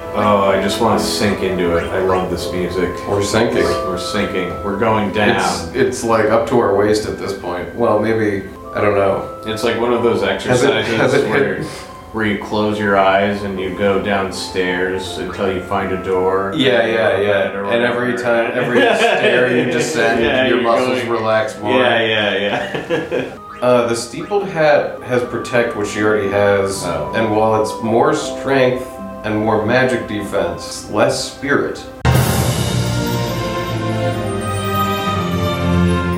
Oh, I just want to sink into it. I love this music. We're sinking. We're, we're sinking. We're going down. It's, It's, it's like up to our waist at this point. Well, maybe, I don't know. like one of those Has it- exercises has it hit- where, where you close your eyes and you go downstairs until you find a door. Yeah, yeah, Or yeah. And every whatever. time, every stair you descend, Yeah, your you're muscles going- relax more. Yeah, yeah, yeah. Uh, the steepled hat has protect, which she already has, Oh. and while it's more strength and more magic defense, it's less spirit.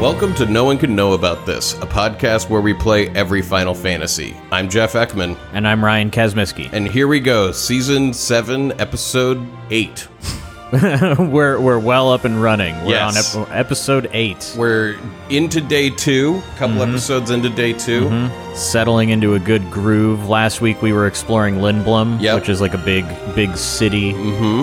Welcome to No One Can Know About This, a podcast where we play every Final Fantasy. I'm Jeff Ekman, And I'm Ryan Kazmiski. and here we go, Season 7, Episode 8. we're we're well up and running. We're Yes. on ep- episode eight, We're into day two, a couple Mm-hmm. episodes into day 2 settling into a good groove. Last week we were exploring Yep. Lindblom, Mm-hmm. which is like a big big city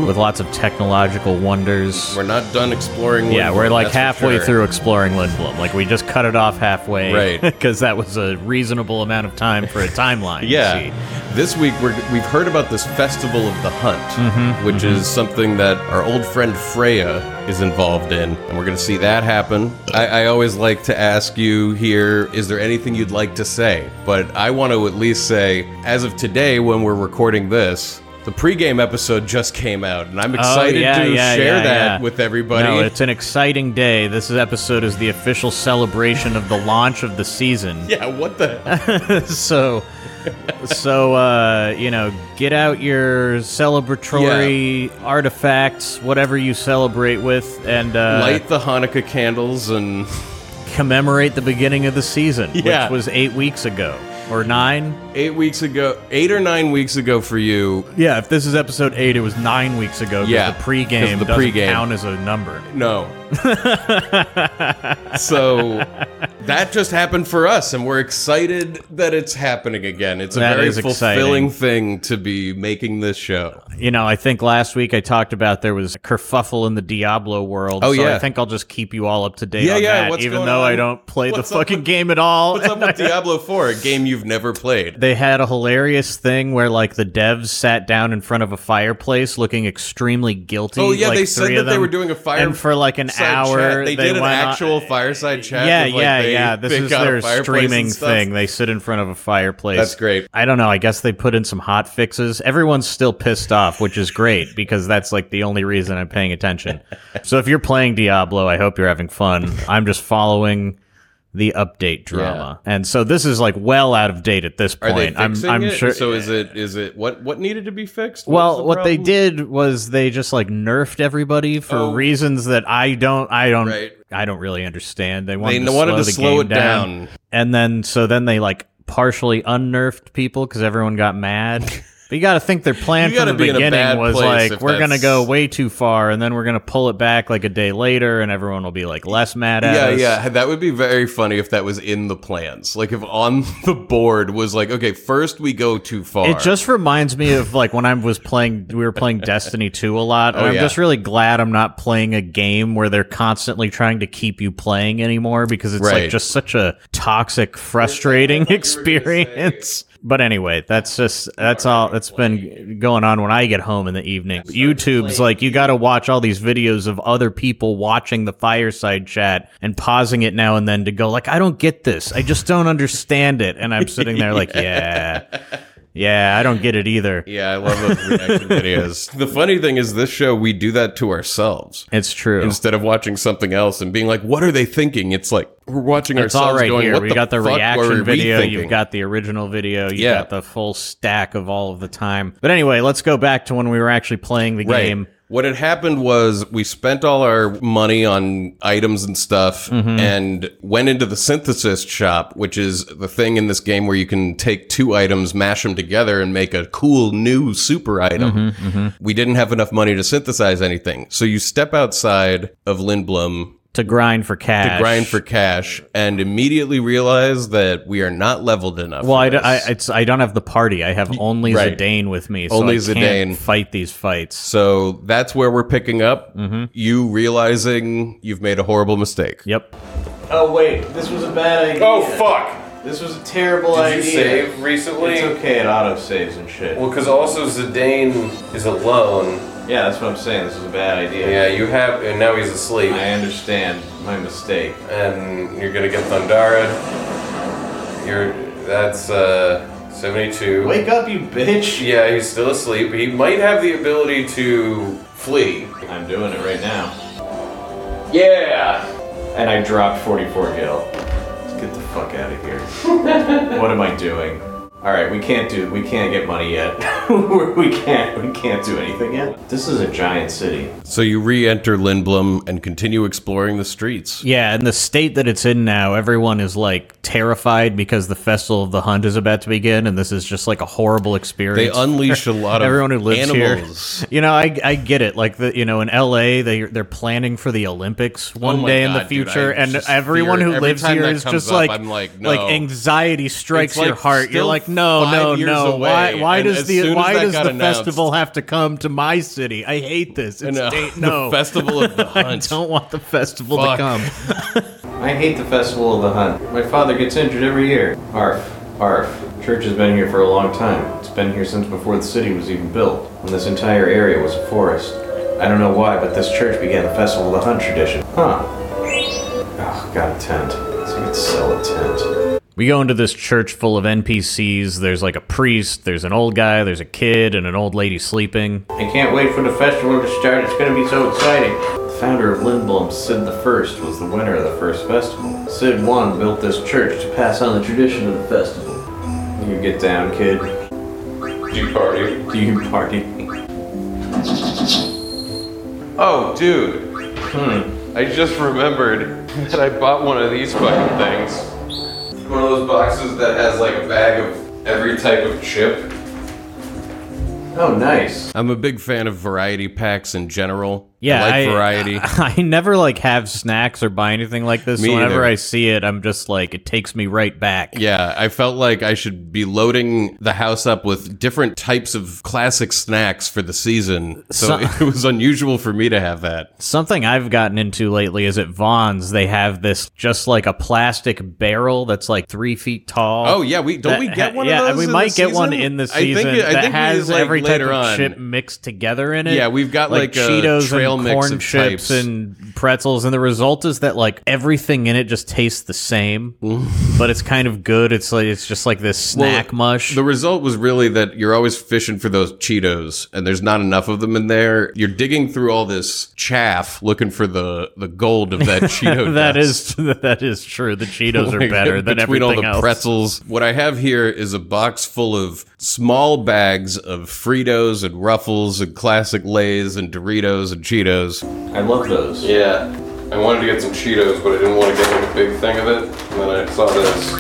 with lots of technological wonders. We're not done exploring. yeah, Lindblom, we're like that's for halfway sure. through exploring Lindblom. Like we just cut it off halfway, Right. Because that was a reasonable amount of time for a timeline. you see. Yeah. This week we're, we've heard about this festival of the hunt, Mm-hmm, which is something that our old friend Freya is involved in, and we're going to see that happen. I, I always like to ask you here: is there anything you'd like to say? But I want to at least say, as of today, when we're recording this. The pregame episode just came out, and I'm excited Oh, yeah, to yeah, share yeah, that yeah. with everybody. No, it's an exciting day. This episode is the official celebration of the launch of the season. yeah, what the? hell? so so uh you know get out your celebratory artifacts whatever you celebrate with and uh Light the Hanukkah candles and commemorate the beginning of the season Yeah. which was eight weeks ago or nine eight weeks ago, eight or nine weeks ago for you, yeah if this is episode eight it was nine weeks ago 'cause Yeah, the pregame 'cause the doesn't pregame. count as a number No. so that just happened for us, and we're excited that it's happening again. It's a That very is fulfilling exciting. thing to be making this show. you know i think last week i talked about there was a kerfuffle in the diablo world Oh, so yeah. i think i'll just keep you all up to date Yeah, on yeah, that what's even going though on? i don't play What's the up fucking with- game at all What's up with Diablo 4, a game you've never played? They had a hilarious thing where like the devs sat down in front of a fireplace looking extremely guilty. Oh, yeah, like, they said three of that they them. were doing a fire- and for like an Side hour. chat. They, did an went on- actual fireside chat. yeah, with, like, yeah, they- yeah. This they is got a their fireplace and streaming stuff. thing. They sit in front of a fireplace. That's great. I don't know. I guess they put in some hot fixes. Everyone's still pissed off, which is great because that's like the only reason I'm paying attention. so if you're playing Diablo, I hope you're having fun. I'm just following the update drama. And so this is like well out of date at this Are point. they fixing I'm I'm it? sure So is it is it what what needed to be fixed? well, What's the what they problem? did was they just like nerfed everybody for Oh. reasons that I don't, I don't, Right. I don't really understand. They They wanted, wanted, to, to slow the slow game it down. and then so then they like partially unnerfed people because everyone got mad. But you got to think their plan You from gotta the be in a bad beginning was place like if we're gonna that's- go way too far, and then we're gonna pull it back like a day later, and everyone will be like less mad at Yeah, us. yeah, that would be very funny if that was in the plans. Like if on the board was like, okay, first we go too far. It just reminds me of like when I was playing, we were playing Destiny 2 a lot. And Oh, I'm yeah. just really glad I'm not playing a game where they're constantly trying to keep you playing anymore because it's Right. like just such a toxic, frustrating experience. But anyway, that's just, that's all that's been going on when I get home in the evening. YouTube's like, you got to watch all these videos of other people watching the fireside chat and pausing it now and then to go, like, I don't get this. I just don't understand it. And I'm sitting there like, yeah. Yeah, I don't get it either. yeah, I love those reaction videos. The funny thing is, this show we do that to ourselves It's true. instead of watching something else and being like, what are they thinking? It's like we're watching it's ourselves all right going, here. what We the got the fuck were reaction we video. thinking? You've got the original video. You Yeah. got the full stack of all of the time. But anyway, let's go back to when we were actually playing the Right. game. What had happened was we spent all our money on items and stuff and went into the synthesis shop, which is the thing in this game where you can take two items, mash them together, and make a cool new super item. We didn't have enough money to synthesize anything. So you step outside of Lindblom To grind for cash. to grind for cash and immediately realize that we are not leveled enough. Well, for I, d- this. I- it's, I don't have the party. I have only right. Zidane with me. So Only I can't Zidane. fight these fights. so that's where we're picking up. You realizing you've made a horrible mistake. Yep. oh wait, this was a bad idea. Oh fuck! This was a terrible Did you idea. save recently? It's okay, it auto saves and shit. Well, because also Zidane is alone. yeah, that's what I'm saying. This was a bad idea. Yeah, you have, and now he's asleep, I understand my mistake. and you're gonna get Thundara. You're that's uh, 72. Wake up, you bitch! Yeah, he's still asleep. He might have the ability to flee. I'm doing it right now. Yeah. And I dropped 44 gil. Let's get the fuck out of here. what am I doing? All right, we can't do. We can't get money yet. we can't. We can't do anything yet. This is a giant city. So you re-enter Lindblom and continue exploring the streets. Yeah, and the state that it's in now, everyone is like terrified because the festival of the hunt is about to begin, and this is just like a horrible They experience. unleash a lot of Everyone who lives animals. here, you know, I, I get it. Like the, you know, in L.A., they they're planning for the Olympics one Oh my day in the God, dude, future, I and just everyone fear- who every lives time here that is comes just up, like I'm like, no. anxiety strikes It's, like, your heart. You're still like, no, five no, years no. Why away, why and does as the soon as why that does got the announced- festival have to come to my city? I hate this. It's No, state, no. The festival of the I hunt. don't want the festival Fuck. to come. I hate the Festival of the Hunt. My father gets injured every year. Arf. Arf. Church has been here for a long time. It's been here since before the city was even built, when this entire area was a forest. I don't know why, but this church began the Festival of the Hunt tradition. Huh. Oh, got a tent. So we could sell a tent. We go into this church full of NPCs. There's like a priest, there's an old guy, there's a kid, and an old lady sleeping. I can't wait for the festival to start. It's gonna be so exciting. The founder of Lindblom, Sid the First, was the winner of the first festival. Sid I built this church to pass on the tradition of the festival. You get down, kid. Do party. Do you party? Oh, dude. Hmm. I just remembered that I bought one of these fucking things. One of those boxes that has like a bag of every type of chip. Oh, nice. I'm a big fan of variety packs in general. Yeah, I like I- variety. I never like have snacks or buy anything like this. Me Whenever either. I see it, I'm just like, it takes me right back. Yeah, I felt like I should be loading the house up with different types of classic snacks for the season. So it was unusual for me to have that. Something I've gotten into lately is at Vaughn's, they have this just like a plastic barrel that's like three feet tall. Oh yeah, we don't we That- get one yeah, of those? we in might the get one season? in the I think season it- I that think we, has like, every type later of on. chip mixed together in it. Yeah, we've got, like, a Cheetos trail and mix corn of chips types. and pretzels, and the result is that like everything in it just tastes the same, Mm. but it's kind of good. It's like it's just like this snack mush. The result was really that you're always fishing for those Cheetos, and there's not enough of them in there. You're digging through all this chaff looking for the the gold of that Cheeto. that dust. is that is true. The Cheetos are Like, better than between everything all the else. pretzels. What I have here is a box full of small bags of Fritos and Ruffles and classic Lay's and Doritos and Cheetos. I love those. Yeah. I wanted to get some Cheetos, but I didn't want to get like a big thing of it. And then I saw this.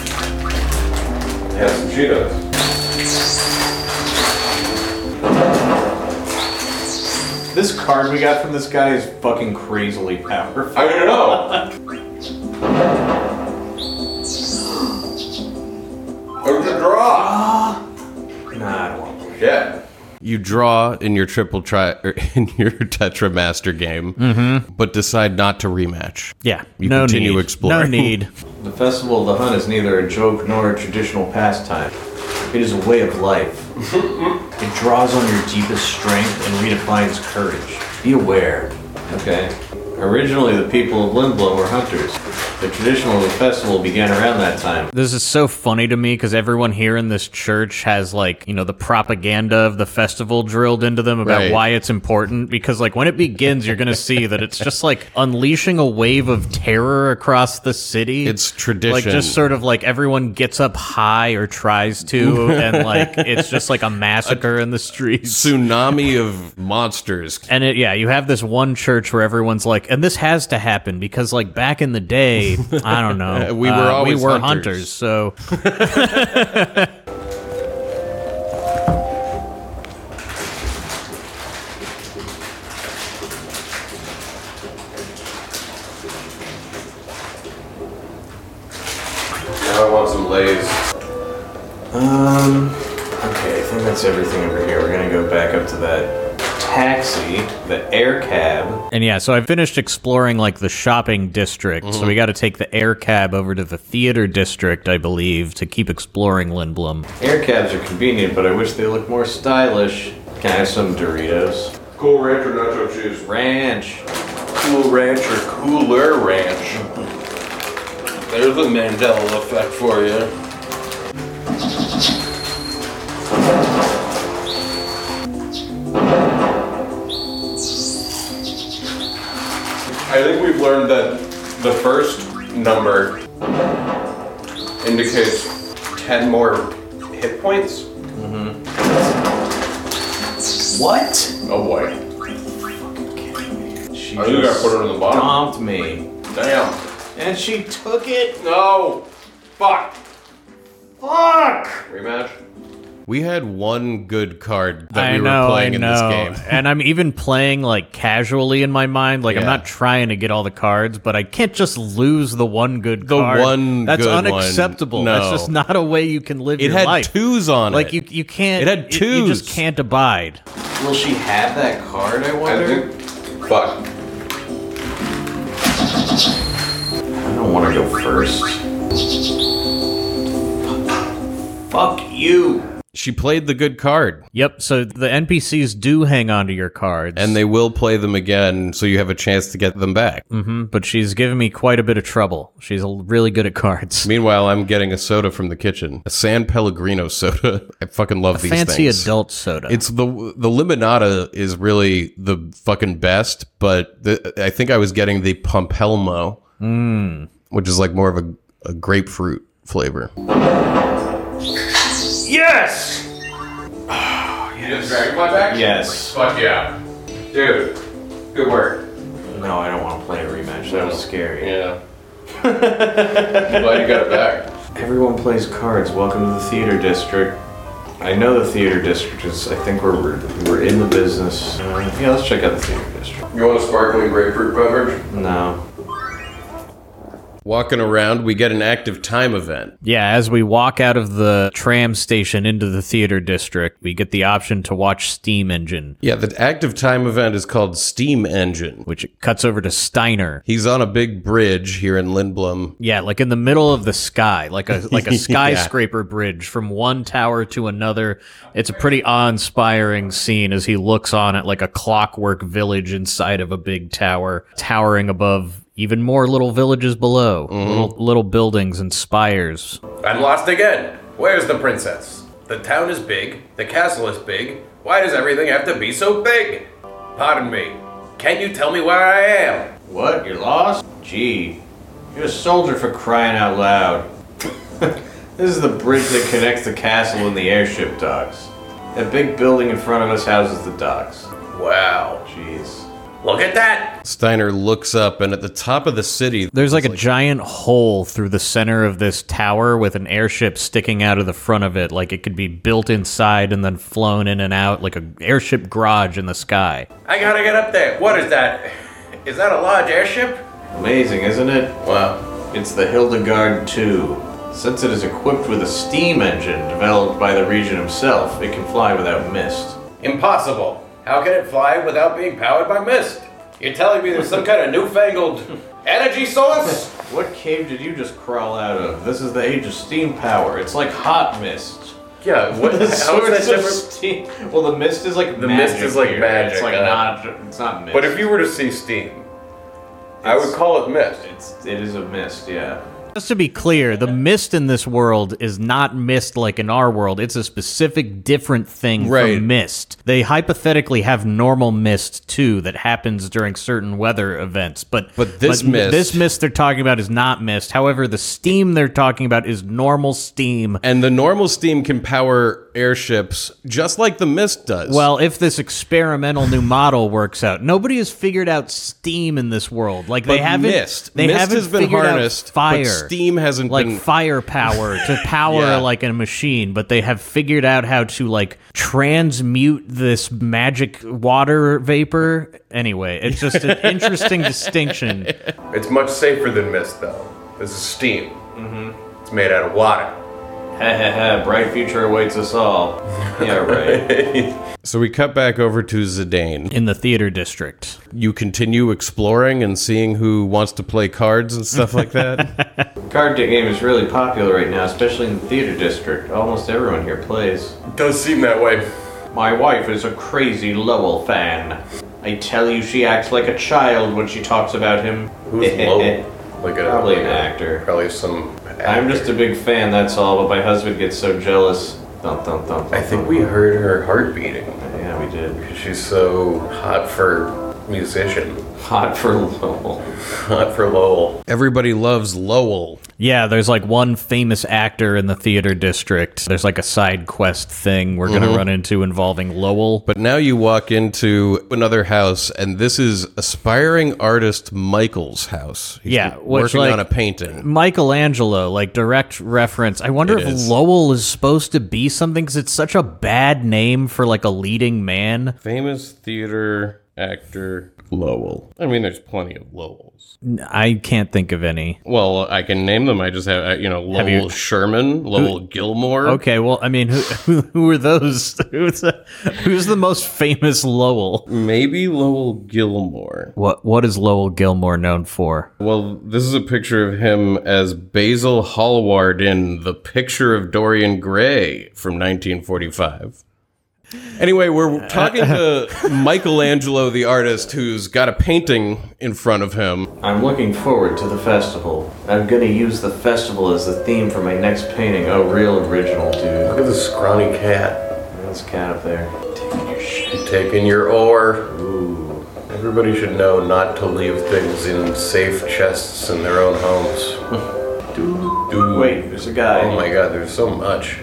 It has some Cheetos. This card we got from this guy is fucking crazily powerful. I don't know. Oh, it's a draw. Nah, I don't want those. Yeah. You draw in your triple try or in your Tetra Master game, but decide not to rematch. Mm-hmm. Yeah, You no continue need. No exploring. need. The Festival of the Hunt is neither a joke nor a traditional pastime. It is a way of life. it draws on your deepest strength and redefines courage. Be aware. Okay. Originally, the people of Lindblom were hunters. The tradition of the festival began around that time. This is so funny to me because everyone here in this church has like you know the propaganda of the festival drilled into them about Right. why it's important. Because like when it begins, you're gonna see that it's just like unleashing a wave of terror across the city. It's tradition. Like just sort of like everyone gets up high or tries to, and like it's just like a massacre in the streets. Tsunami of monsters. And it, yeah, you have this one church where everyone's like, and this has to happen because, like, back in the day, I don't know, We were uh, always we were hunters. hunters. So Now I want some Lay's. Um. Okay, I think that's everything over here. We're gonna go back up to that taxi, the air cab. And yeah, so I finished exploring like the shopping district. Mm-hmm. So we got to take the air cab over to the theater district, I believe, to keep exploring Lindblom. Air cabs are convenient, but I wish they looked more stylish. Can I have some Doritos? Cool ranch or nacho cheese? Ranch. Cool ranch or cooler ranch? There's the Mandela effect for you. I think we've learned that the first number indicates 10 more hit points. What? Oh boy. She Oh, you gotta put it on the bottom. stomped me. Damn. And she took it? No! Fuck! Fuck! Rematch? We had one good card that I we know, were playing I in know. this game. and I'm even playing like casually in my mind. Like I'm Yeah. not trying to get all the cards, but I can't just lose the one good The card. one That's good one. unacceptable. That's No. just not a way you can live It your had life. twos on it. like you you can't It had you just twos. can't abide. Will she have that card, I I wonder? think. Fuck. I don't want to go first. Fuck you. she played the good card, Yep, so the NPCs do hang on to your cards. and they will play them again, so you have a chance to get them back. Mhm, but she's given me quite a bit of trouble. She's a- really good at cards. Meanwhile, I'm getting a soda from the kitchen, a San Pellegrino soda. I fucking love these Fancy things. adult soda. It's the the limonada is really the fucking best, but the, I think I was getting the pompelmo, which is like more of a, a grapefruit flavor. Yes! You just dragged my back? Yes. Fuck yeah. Dude, good work. No, I don't want to play a rematch. That was scary. Yeah. I'm glad you got it back. Everyone plays cards. Welcome to the theater district. I know the theater district is. I think we're we're, we're in the business. Uh, yeah, let's check out the theater district. You want a sparkling grapefruit beverage? No. Walking around, we get an active time event. yeah, as we walk out of the tram station into the theater district, we get the option to watch Steam Engine, Yeah, the active time event is called Steam Engine. which cuts over to Steiner. He's on a big bridge here in Lindblom. Yeah, like in the middle of the sky, like a like a skyscraper bridge from one tower to another. It's a pretty awe-inspiring scene as he looks on at like a clockwork village inside of a big tower, towering above even more little villages below, little, little buildings and spires. I'm lost again. Where's the princess? The town is big, the castle is big. Why does everything have to be so big? Pardon me. Can you tell me where I am? What? You're lost? Gee, you're a soldier for crying out loud. this is the bridge that connects the castle and the airship docks. That big building in front of us houses the docks. Wow. Jeez. Look at that! Steiner looks up, and at the top of the city, There's like a giant hole through the center of this tower with an airship sticking out of the front of it, like it could be built inside and then flown in and out, like an airship garage in the sky. I gotta get up there. What is that? Is that a large airship? Amazing, isn't it? Wow. It's the Hildegard II. Since it is equipped with a steam engine developed by the regent himself, it can fly without mist. Impossible. How can it fly without being powered by mist? You're telling me there's some kind of newfangled energy source? What cave did you just crawl out of? This is the age of steam power. It's like hot mist. Yeah, what The source of steam. Well, the mist is like The magic mist is like here. It's magic, like uh, not. It's not mist. But if you were to see steam, I would call it mist. it's it is a mist. Yeah. Just to be clear, the mist in this world is not mist like in our world. It's a specific different thing Right. from mist. They hypothetically have normal mist too that happens during certain weather events, but But this n- mist- this mist they're talking about is not mist. However, the steam they're talking about is normal steam. and the normal steam can power airships just like the mist does. Well, if this experimental new model works out, nobody has figured out steam in this world. Like they But haven't. mist. They Mist haven't has been figured out harnessed, but fire. steam hasn't like been- firepower to power Yeah. like a machine, but they have figured out how to like transmute this magic water vapor. Anyway, it's just an interesting distinction. Mm-hmm. It's much safer than mist, though. This is steam. It's made out of water. Ha ha ha, bright future awaits us all. Yeah, right. So we cut back over to Zidane. in the theater district. You continue exploring and seeing who wants to play cards and stuff like that. Card game is really popular right now, especially in the theater district. Almost everyone here plays. Does seem that way. My wife is a crazy Lowell fan. I tell you, she acts like a child when she talks about him. Who's low? Like a, Probably an like a- actor. Probably some. I'm just a big fan, that's all, but my husband gets so jealous. Thump, thump, thump, I thump, think thump. we heard her heart beating. Yeah, we did. She's so hot for musician, Hot for Lowell. hot for Lowell. Everybody loves Lowell. Yeah, there's like one famous actor in the theater district. There's like a side quest thing we're Mm-hmm. gonna run into involving Lowell. But But now you walk into another house, and this is aspiring artist Michael's house. He's Yeah, which, working like- on a painting. Michelangelo, like direct reference. I wonder if is. Lowell is supposed to be something because it's such a bad name for like a leading man. Famous theater actor Lowell. I mean, there's plenty of Lowells. N- I can't think of any. Well, I can name them. I just have, uh, you know, Lowell you- Oh. Sherman, Lowell Gilmore. Okay, well, I mean, who who, who are those? Who's the, who's the most famous Lowell? Maybe Lowell Gilmore. What what is Lowell Gilmore known for? Well, this is a picture of him as Basil Hallward in The Picture of Dorian Gray from 1945. Anyway, we're talking to Michelangelo, the artist, who's got a painting in front of him. I'm looking forward to the festival. I'm gonna use the festival as the theme for my next painting. Oh, real original, dude. Look at this scrawny cat That's cat up there. Taking your shit. taking your ore. Everybody should know not to leave things in safe chests in their own homes. Dude, dude. Wait, there's a guy. Oh my god, there's so much.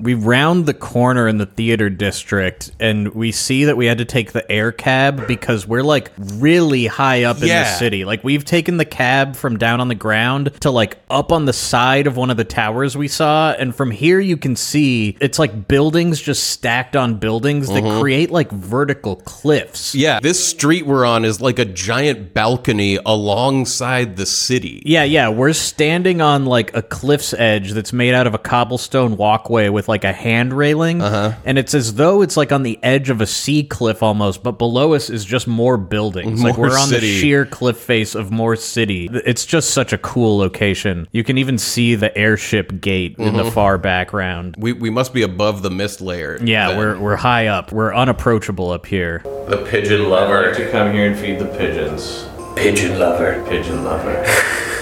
We round the corner in the theater district and we see that we had to take the air cab because we're like really high up in Yeah. the city. Like we've taken the cab from down on the ground to like up on the side of one of the towers we saw and from here you can see it's like buildings just stacked on buildings that create like vertical cliffs. Yeah, this street we're on is like a giant balcony alongside the city. Yeah, yeah. We're standing on like a cliff's edge that's made out of a cobblestone walkway with like a hand railing. Uh-huh. And it's as though it's like on the edge of a sea cliff almost, but below us is just more buildings. like More we're on city. the sheer cliff face of more city. Th- It's just such a cool location. You can even see the airship gate in Mm-hmm. the far background. We, we must be above the mist layer. Yeah, then. we're, we're high up. We're unapproachable up here. The pigeon I'd like lover. to come here and feed the pigeons. Pigeon lover. Pigeon lover.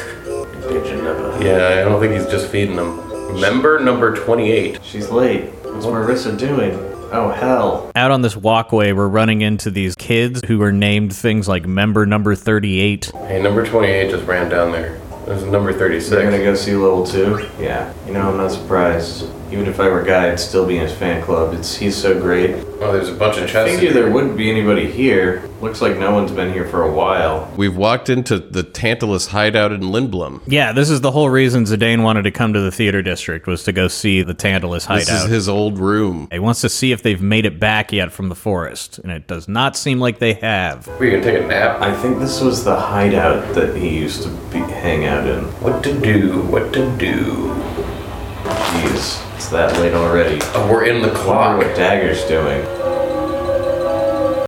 pigeon lover. Yeah, I don't think he's just feeding them. Member number 28. She's late. What's Marissa doing? Oh, hell. Out on this walkway, we're running into these kids who are named things like member number 38. Hey, number 28 just ran down there. There's number They're gonna 36. go see level two? Yeah. You know, I'm not surprised. Even if I were a guy, I'd still be in his fan club. It's he's so great. Oh, there's a bunch of I chests. figure there wouldn't be anybody here. Looks like no one's been here for a while. We've walked into the Tantalus hideout in Lindblom. Yeah, this is the whole reason Zidane wanted to come to the theater district was to go see the Tantalus This is hideout. his old room. he wants to see if they've made it back yet from the forest, and it does not seem like they have. We can take a nap. I think this was the hideout that he used to be, hang out in. What to do? What to do? Jeez, it's that late already. Oh, we're in the Wonder clock. what Dagger's doing.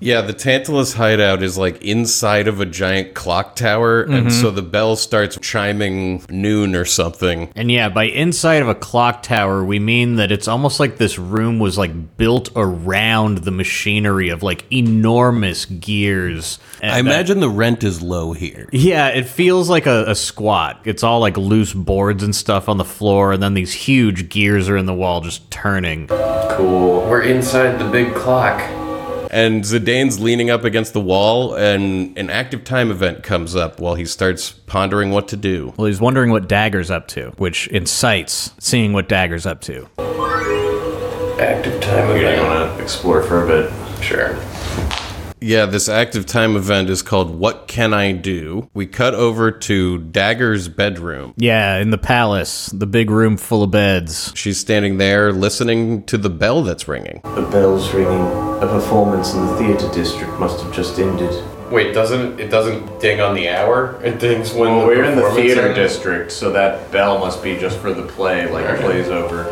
Yeah, the Tantalus hideout is like inside of a giant clock tower, and so the bell starts chiming noon or something. And yeah, by inside of a clock tower, we mean that it's almost like this room was like built around the machinery of like enormous gears. And, I uh, imagine the rent is low here. Yeah, it feels like a, a squat. It's all like loose boards and stuff on the floor, and then these huge gears are in the wall just turning. Cool. We're inside the big clock. And Zidane's leaning up against the wall, and an active time event comes up while he starts pondering what to do. Well, he's wondering what Dagger's up to, which incites seeing what Dagger's up to. Active time You're event. gonna explore for a bit. Sure. Yeah, this active time event is called What Can I Do? We cut over to Dagger's bedroom. Yeah, in the palace, the big room full of beds. She's standing there listening to the bell that's ringing. The bell's ringing. A performance in the theater district must have just ended. Wait, doesn't it doesn't ding on the hour? It dings when Well, the we're in the performance theater ends? district, so that bell must be just for the play, like it plays over.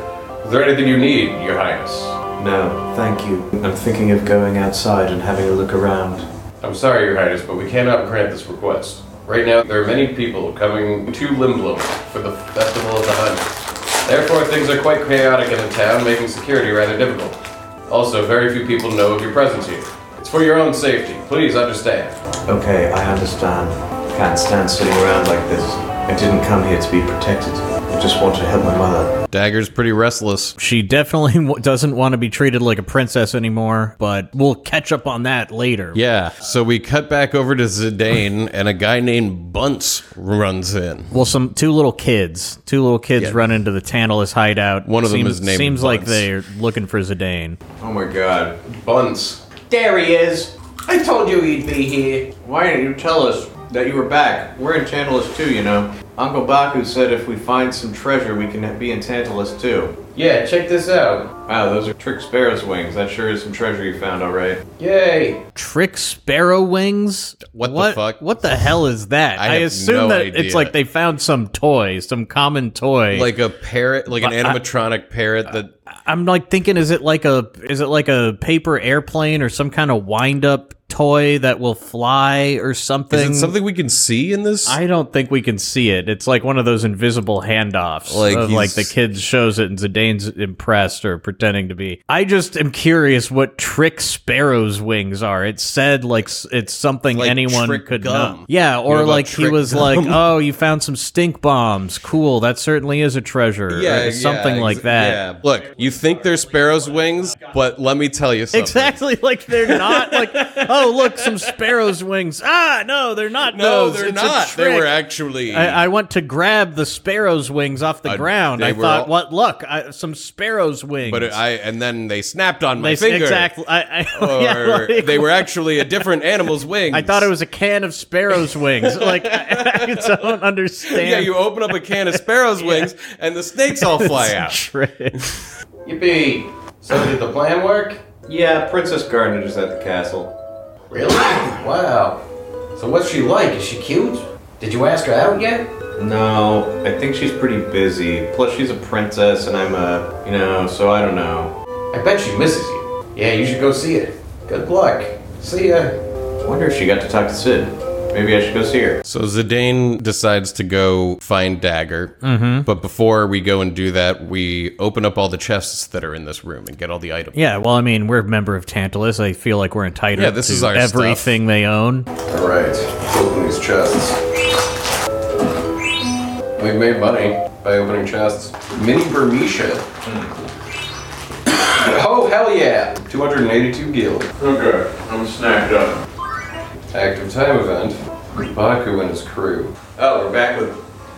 Is there anything you need, Your Highness? No, thank you. I'm thinking of going outside and having a look around. I'm sorry, Your Highness, but we cannot grant this request. Right now, there are many people coming to Limblum for the Festival of the Hunt. Therefore, things are quite chaotic in the town, making security rather difficult. Also, very few people know of your presence here. It's for your own safety. Please understand. Okay, I understand. Can't stand sitting around like this. I didn't come here to be protected. I just want to help my mother. Dagger's pretty restless. She definitely w- doesn't want to be treated like a princess anymore, but we'll catch up on that later. Yeah. So we cut back over to Zidane, and a guy named Bunce runs in. Well, some two little kids, two little kids run into the Tantalus hideout. One of them Seems- is named Seems like Bunce. they're looking for Zidane. Oh my god. Bunce. There he is! I told you he'd be here. Why didn't you tell us that you were back? We're in Tantalus too, you know. Uncle Baku said if we find some treasure, we can be in Tantalus too. Yeah, check this out. Wow, those are Trick Sparrow's wings. That sure is some treasure you found, alright. Yay! Trick Sparrow Wings? What the fuck? What the hell is that? I have assume no that idea. it's like they found some toy, some common toy. Like a parrot, like an animatronic parrot that I'm like thinking, is it like a is it like a paper airplane or some kind of wind up toy that will fly or something? is it something we can see in this? I don't think we can see it. It's like one of those invisible handoffs. Like Like, like the he's- kid shows it and Zidane's impressed or pretending to be. I just am curious what Trick Sparrow's wings are. It said like s- it's something Like anyone Trick could Gum. know. Yeah, know or about like he Trick was Gum? like, oh, you found some stink bombs. Cool. That certainly is a treasure. yeah, or yeah, something like exa- that. Yeah. Look, you think they're sparrows' wings, but let me tell you something. Exactly, like they're not like. Oh, look, some sparrow's wings. Ah, no, they're not. No, those. they're It's a not. They trick. were actually. I, I went to grab the sparrow's wings off the Uh, ground. they I were thought, all- what? Look, I, some sparrow's wings. but I and then they snapped on They my s- finger. exactly. I, I, Or yeah, like, they were actually a different animal's wings. I thought it was a can of sparrow's wings. Like I, I don't understand. Yeah, you open up a can of sparrows' wings, and the snakes all fly out. trick. Yippee! So did the plan work? Yeah, Princess Garnet is at the castle. Really? wow. So what's she like? Is she cute? Did you ask her out yet? No, I think she's pretty busy. Plus, she's a princess, and I'm a, you know, so I don't know. I bet she misses you. Yeah, you should go see it. Good luck. See ya. I wonder if she got to talk to Sid. Maybe I should go see her. So Zidane decides to go find Dagger. Mm-hmm. But before we go and do that, we open up all the chests that are in this room and get all the items. Yeah, well, I mean, we're a member of Tantalus. I feel like we're entitled Yeah, this to is our stuff. everything they own. Alright, open these chests. We've made money by opening chests. Mini Burmisha. oh, hell yeah! 282 gil. Okay, I'm snacked up. Active time event. Baku and his crew. Oh, we're back with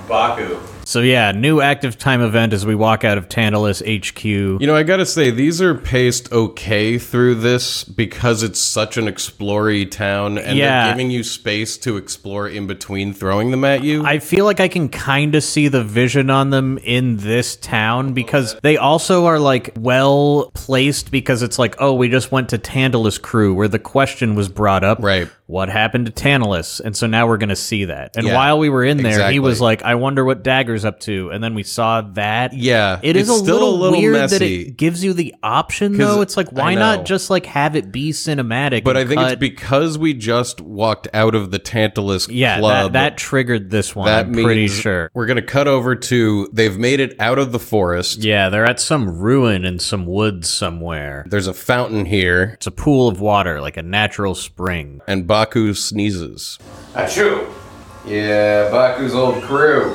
Baku. So yeah, new active time event as we walk out of Tantalus HQ. You know, I gotta say, these are paced okay through this because it's such an explory town and Yeah. they're giving you space to explore in between throwing them at you. I feel like I can kind of see the vision on them in this town because they also are like well placed because it's like, oh, we just went to Tantalus crew where the question was brought up. Right. What happened to Tantalus? And so now we're going to see that. And Yeah, while we were in there, exactly. he was like, I wonder what Dagger's up to. And then we saw that. Yeah, It is it's a, still little a little weird that messy. it gives you the option 'Cause though. It's like, I why know. not just like have it be cinematic? but I and think cut- it's because we just walked out of the Tantalus yeah, club. that, that triggered this one. that I'm means pretty sure. we're gonna cut over to they've made it out of the forest. Yeah, they're at some ruin in some woods somewhere. There's a fountain here, It's a pool of water, like a natural spring. and Baku sneezes. Achoo! Yeah, Baku's old crew.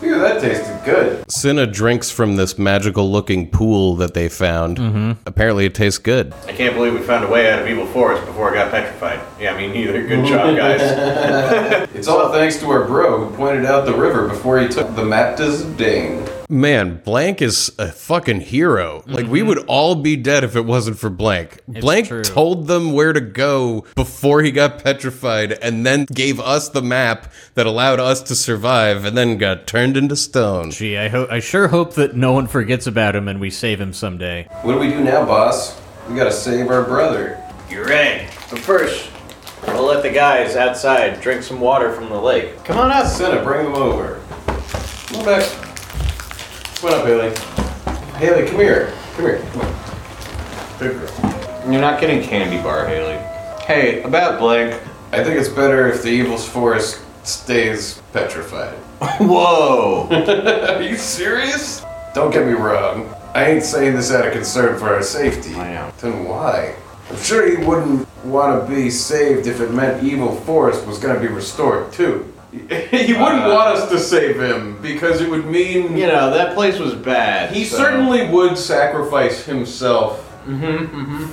Phew, that tasted good. Cinna drinks from this magical looking pool that they found. Apparently, it tastes good. I can't believe we found a way out of Evil Forest before I got petrified. Yeah, me neither. Good job, guys. It's all thanks to our bro who pointed out the river before he took the map to Zidane. man, Blank is a fucking hero. Like we would all be dead if it wasn't for Blank. Blank true. told them where to go before he got petrified and then gave us the map that allowed us to survive and then got turned into stone. Gee, I hope I sure hope that no one forgets about him and we save him someday. What do we do now, boss? We gotta save our brother. You're right. But first, we'll let the guys outside drink some water from the lake. Come on out, Senna. Bring him over. Come on back. Come on up, Haley. Haley, come here. Come here. Come on. Good girl. You're not getting candy bar, Haley. Hey, about Blake. I think it's better if the evil's forest stays petrified. Whoa! Are you serious? Don't get me wrong. I ain't saying this out of concern for our safety. I know. Then why? I'm sure he wouldn't want to be saved if it meant evil forest was going to be restored too. Uh, he wouldn't want us to save him because it would mean you know that place was bad. he so certainly would sacrifice himself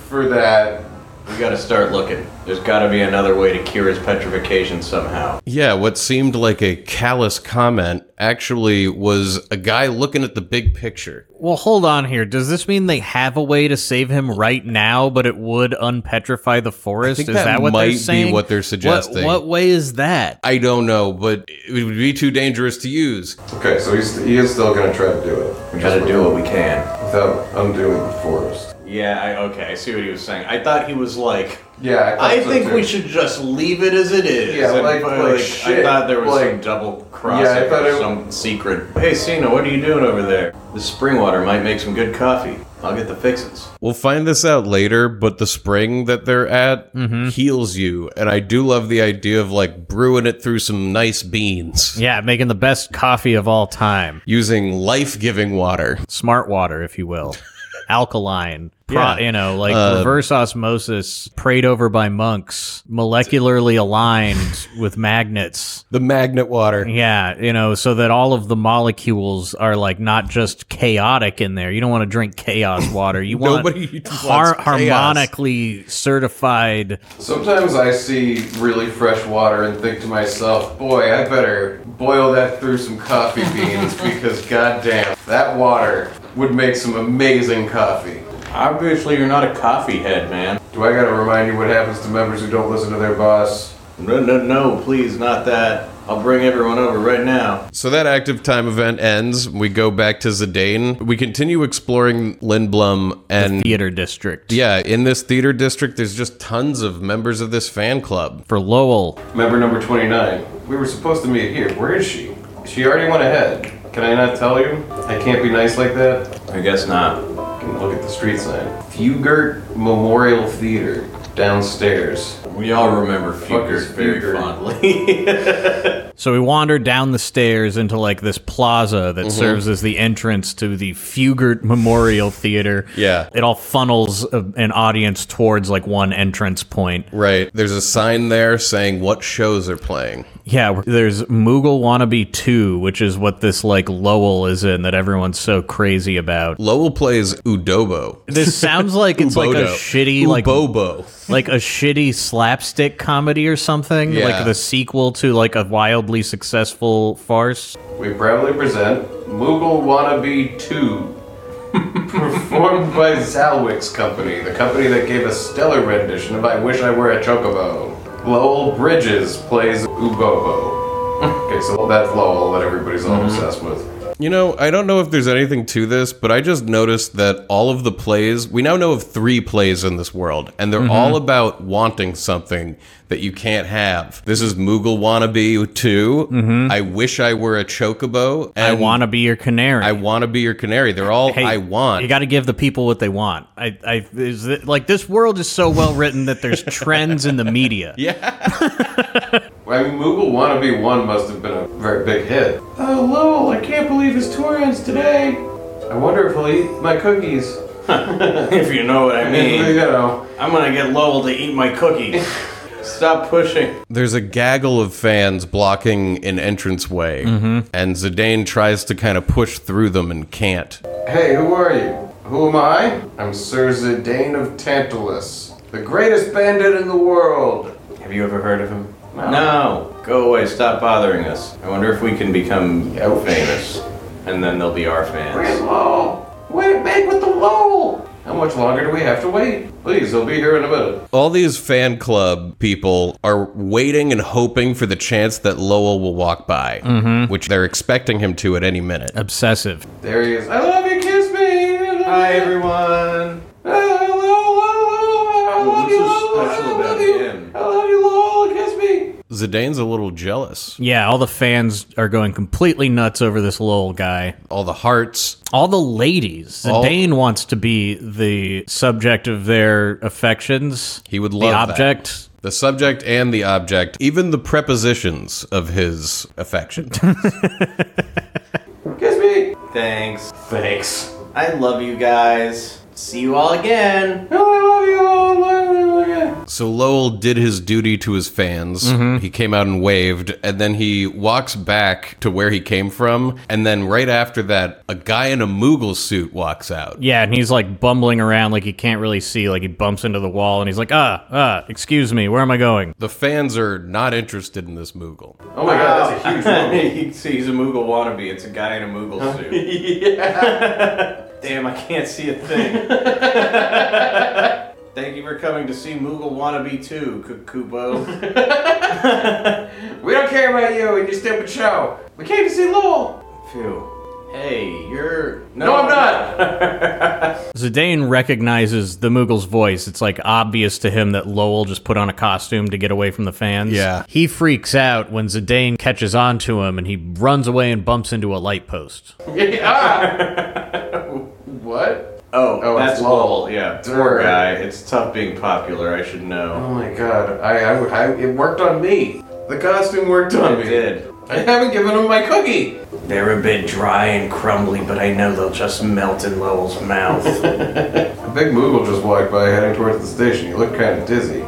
for that. We gotta start looking. There's gotta be another way to cure his petrification somehow. Yeah, what seemed like a callous comment actually was a guy looking at the big picture. Well, hold on here. Does this mean they have a way to save him right now, but it would unpetrify the forest? think is that that, what might they're be saying? what they're suggesting. What, what way is that? I don't know, but it would be too dangerous to use. Okay, so he's, he is still going to try to do it. We gotta do what we can. without undoing the forest. Yeah, I, okay, I see what he was saying. I thought he was like, Yeah, I, I thought so, think too. we should just leave it as it is. Yeah, And, like- like I shit, thought there was some like- double crossing Yeah, I thought or it- some secret. Hey, Cena, what are you doing over there? This spring water might make some good coffee. I'll get the fixins. We'll find this out later, but the spring that they're at heals you. And I do love the idea of like brewing it through some nice beans Yeah, making the best coffee of all time. using life giving water. Smart water, if you will. Alkaline. Pro, You know, like Uh, reverse osmosis, prayed over by monks, molecularly aligned with magnets. The magnet water. Yeah, you know, so that all of the molecules are like not just chaotic in there. You don't want to drink chaos water. You want Nobody har- wants chaos. harmonically certified. Sometimes I see really fresh water and think to myself, boy, I better boil that through some coffee beans because goddamn, that water would make some amazing coffee. Obviously, you're not a coffee head, man. Do I gotta remind you what happens to members who don't listen to their boss? No, no, no, please, not that. I'll bring everyone over right now. So that active time event ends. We go back to Zidane. We continue exploring Lindblom and. theater district. yeah, in this theater district, there's just tons of members of this fan club. For Lowell. Member number 29. We were supposed to meet here. Where is she? She already went ahead. Can I not tell you? I can't be nice like that. I guess not. I can look at the street sign. Fugert Memorial Theater, downstairs. We all remember Fugger is very Fugger? fondly. So we wander down the stairs into like this plaza Mm-hmm. that serves as the entrance to the Fugert Memorial Theater. Yeah. It all funnels a, an audience towards like one entrance point. Right. There's a sign there saying what shows are playing. Yeah, we're- there's Moogle Wannabe 2, which is what this like Lowell is in that everyone's so crazy about. Lowell plays Udobo. This sounds like it's like a Ubodo. shitty like Ubobo. like a shitty slapstick comedy or something, Yeah. like the sequel to like a wildly successful farce. We proudly present Moogle Wannabe 2, performed by Zalwix Company, the company that gave a stellar rendition of I Wish I Were a Chocobo. Lowell Bridges plays Ubobo. okay, so that's Lowell that everybody's all obsessed with. Mm-hmm. You know, I don't know if there's anything to this, but I just noticed that all of the plays, we now know of three plays in this world, and they're Mm-hmm. all about wanting something that you can't have. This is Moogle Wannabe 2, Mm-hmm. I Wish I Were a Chocobo, and I want to be your canary. I Wanna Be Your Canary. They're all Hey, I want. You got to give the people what they want. I, I is it, like this world is so well written that there's trends in the media. I mean, Moogle Wannabe 1 must have been a very big hit. Oh, Lowell, I can't believe his tour ends today. I wonder if he'll eat my cookies. if you know what I you mean. know. I'm gonna get Lowell to eat my cookies. Stop pushing. There's a gaggle of fans blocking an entranceway, and Zidane tries to kind of push through them and can't. Hey, who are you? Who am I? I'm Sir Zidane of Tantalus, the greatest bandit in the world. Have you ever heard of him? No. Go away, stop bothering us. I wonder if we can become Ouch. famous. and then they'll be our fans. Grandma, Oh, wait, back with the wall. How much longer do we have to wait? Please, he'll be here in a minute. All these fan club people are waiting and hoping for the chance that Lowell will walk by, which they're expecting him to at any minute. Obsessive. There he is. I love you, kiss me. Hi everyone. I love, love, love, I love What's you, so Lola. special I about love you. him? I love you, Lola. Kiss me. Zidane's a little jealous. Yeah, all the fans are going completely nuts over this Lowell guy. All the hearts. All the ladies. All- Dane wants to be the subject of their affections. He would the love that. object. The subject and the object, even the prepositions of his affection. Kiss me. Thanks. Thanks. I love you guys. See you all again. I love you, Lola. I love you. so Lowell did his duty to his fans. Mm-hmm. He came out and waved, and then he walks back to where he came from. And then right after that, a guy in a Moogle suit walks out. Yeah, and he's like bumbling around like he can't really see. Like he bumps into the wall and he's like, ah, ah, excuse me, where am I going? The fans are not interested in this Moogle. Oh my god, that's a huge moment. You see, he's a Moogle wannabe. It's a guy in a Moogle suit. Damn, I can't see a thing. Thank you for coming to see Moogle Wannabe 2, Kukubo. We don't care about you and your stupid show. We came to see Lowell. Phew. Hey, you're. No, I'm not. Zidane recognizes the Moogle's voice. It's like obvious to him that Lowell just put on a costume to get away from the fans. Yeah. He freaks out when Zidane catches on to him and he runs away and bumps into a light post. Ah. what? Oh, Oh, that's it's Lowell. Lowell. Yeah, poor Durr. guy. It's tough being popular, I should Oh know. my god, I, I, I, it worked on me. The costume worked on It me. did. I haven't given him my cookie. They're a bit dry and crumbly, but I know they'll just melt in Lowell's mouth. A big Moogle just walked by heading towards the station. You look kind of dizzy.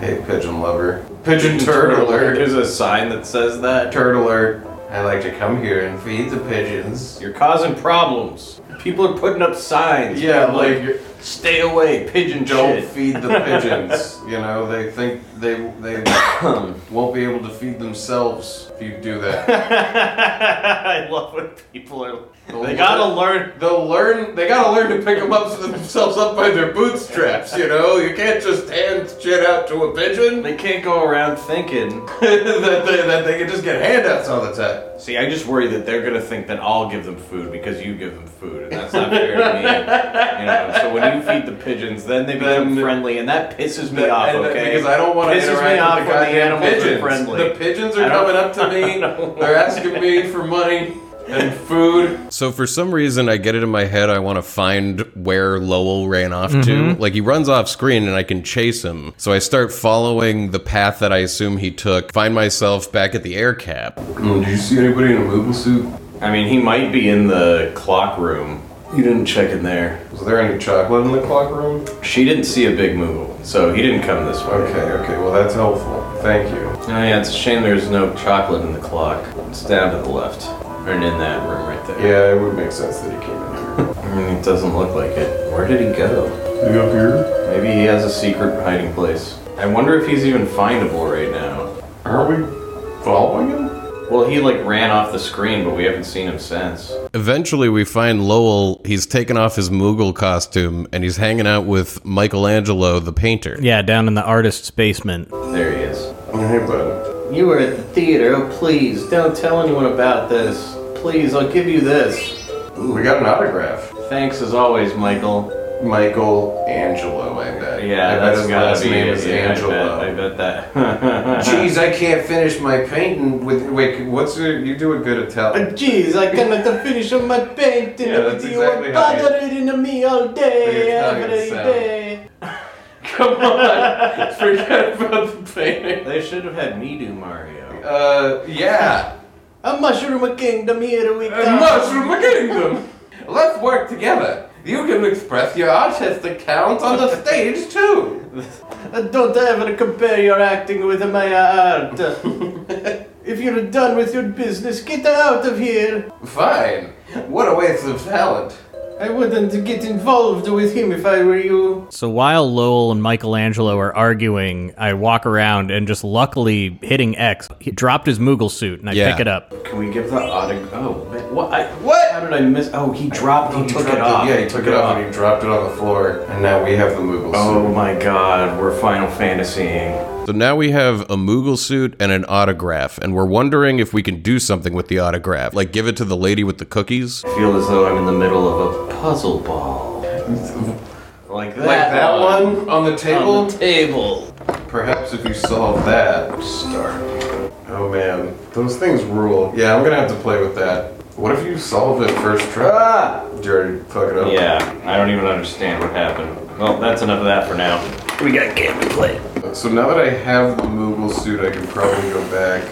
Hey, pigeon lover. Pigeon turd alert. There's a sign that says that. Turd alert. I like to come here and feed the pigeons. You're causing problems. People are putting up signs. Yeah, like, like- stay away, pigeon Don't shit. feed the pigeons. You know, they think they they won't be able to feed themselves if you do that. I love when people are. They gotta learn. They'll learn. They gotta learn to pick them up, so themselves up by their bootstraps. You know, you can't just hand shit out to a pigeon They can't go around thinking. that they that they can just get handouts all the time. See, I just worry that they're gonna think that I'll give them food because you give them food, and that's not fair to me. You know, so when you feed the pigeons, then they become Then- friendly, and that pisses me off. And- Okay, Because I don't want to Pisses interact me off with the when the goddamn animals pigeons. are friendly. The pigeons I are don't- coming up to me. They're asking me for money and food. So for some reason, I get it in my head. I want to find where Lowell ran off to. Like he runs off screen, and I can chase him. So I start following the path that I assume he took. Find myself back at the air cap. Mm, did you see anybody in a movable suit? I mean, he might be in the clock room. You didn't check in there. Was there any chocolate in the clock room? She didn't see a big Moogle, so he didn't come this way. Okay, okay, well that's helpful. Thank you. Oh yeah, it's a shame there's no chocolate in the clock. It's down to the left, and in that room right there. Yeah, it would make sense that he came in here. I mean, it doesn't look like it. Where did he go? you up here? Maybe he has a secret hiding place. I wonder if he's even findable right now. Aren't we following him? Well, he like ran off the screen, but we haven't seen him since. Eventually, we find Lowell. He's taken off his Moogle costume, and he's hanging out with Michelangelo, the painter. Yeah, down in the artist's basement. There he is. Hey, bud. You were at the theater. Oh, please don't tell anyone about this. Please, I'll give you this. We got an autograph. Thanks as always, Michael. Michael Angelo, I bet. Yeah, I bet that's his gotta last be name it. is Yeah, Angelo. I bet, I bet that. Jeez, I can't finish my painting with. Wait, what's your. You do a good Italian. Jeez, I cannot finish on my painting. Yeah, that's You are exactly how you- me all day, how you every sound. Come on! Forget about the painting. They should have had me do Mario. Uh, yeah. A mushroom a kingdom, here we A mushroom kingdom! Let's work together. You can express your artistic talent on the stage, too. Uh, Don't ever compare your acting with my art. if you're done with your business, get out of here. Fine. What a waste of talent. I wouldn't get involved with him if I were you. So while Lowell and Michelangelo are arguing, I walk around and just luckily hitting X, he dropped his Moogle suit and I Yeah. pick it up. Can we give the auto? Oh, What? I, what? How did I miss? Oh, he dropped. He, took dropped it off. Yeah, he took it off and he dropped it on the floor, and now we have the Moogle Oh suit. my God, we're Final Fantasying. So now we have a Moogle suit and an autograph, and we're wondering if we can do something with the autograph. Like give it to the lady with the cookies. I feel as though I'm in the middle of a puzzle ball. Like that. Like that one on the On table? the table. Perhaps if you solve that, start. Oh man, those things rule. Yeah, I'm gonna have to play with that. What if you solve it first try? Ah! Did you already fuck it up? Yeah, I don't even understand what happened. Well, that's enough of that for now. We got game to play. So now that I have the Moogle suit, I can probably go back.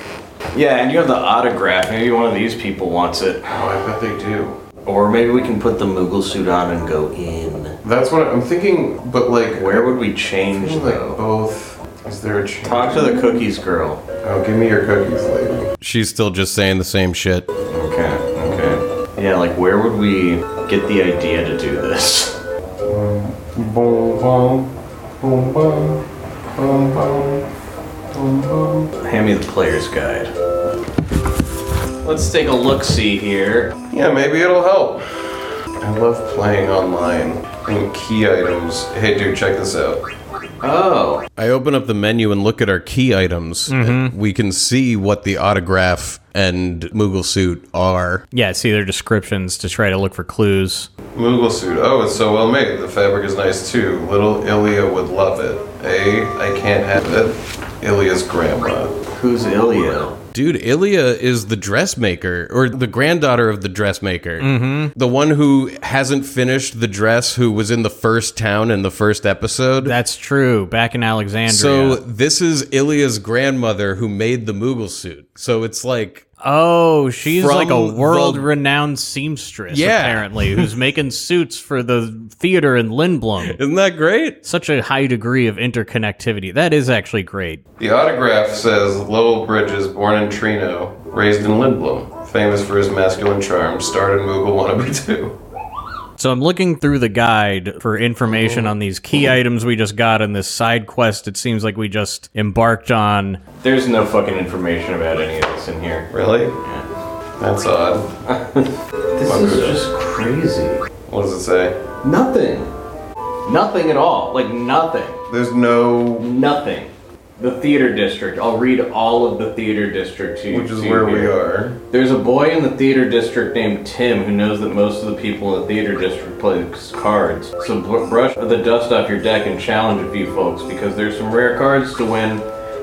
Yeah, and you have the autograph. Maybe one of these people wants it. Oh, I bet they do. Or maybe we can put the Moogle suit on and go in. That's what I'm thinking, but like, Where would we I change feel like though? both. Is there a change? Talk to the cookies girl. Oh, give me your cookies, lady. She's still just saying the same shit. Okay, okay. Yeah, like where would we get the idea to do this? Boom, boom, boom, boom, boom, boom, boom, boom. Hand me the player's guide. Let's take a look see here. Yeah, maybe it'll help. I love playing online and key items. Hey, dude, check this out. Oh, I open up the menu and look at our key items. We can see what the autograph and Moogle suit are. Yeah, see their descriptions to try to look for clues. Moogle suit. Oh, it's so well made. The fabric is nice too. Little Ilya would love it. A, I can't have it. Ilya's grandma. who's Ilio? Dude, Ilya is the dressmaker or the granddaughter of the dressmaker. Mm-hmm. The one who hasn't finished the dress who was in the first town in the first episode. That's true. Back in Alexandria. so this is Ilya's grandmother who made the Moogle suit. So it's like oh, she's From like a the- world-renowned seamstress Yeah. apparently, who's making suits for the theater in Lindblom. isn't that great? Such a high degree of interconnectivity. That is actually great. The autograph says Lowell Bridges, born in Trino, raised in Lindblom, famous for his masculine charm, starred in Moogle Wannabe 2. So I'm looking through the guide for information on these key items we just got in this side quest. It seems like we just embarked on. There's no fucking information about any of this in here. Really? That's odd. This Fuck is it. just crazy. What does it say? Nothing. Nothing at all. Like nothing. There's no. Nothing. The theater district. I'll read all of the theater district to you. Which is to you where we here. are. There's a boy in the theater district named Tim who knows that most of the people in the theater district play cards. So br- brush the dust off your deck and challenge a few folks because there's some rare cards to win.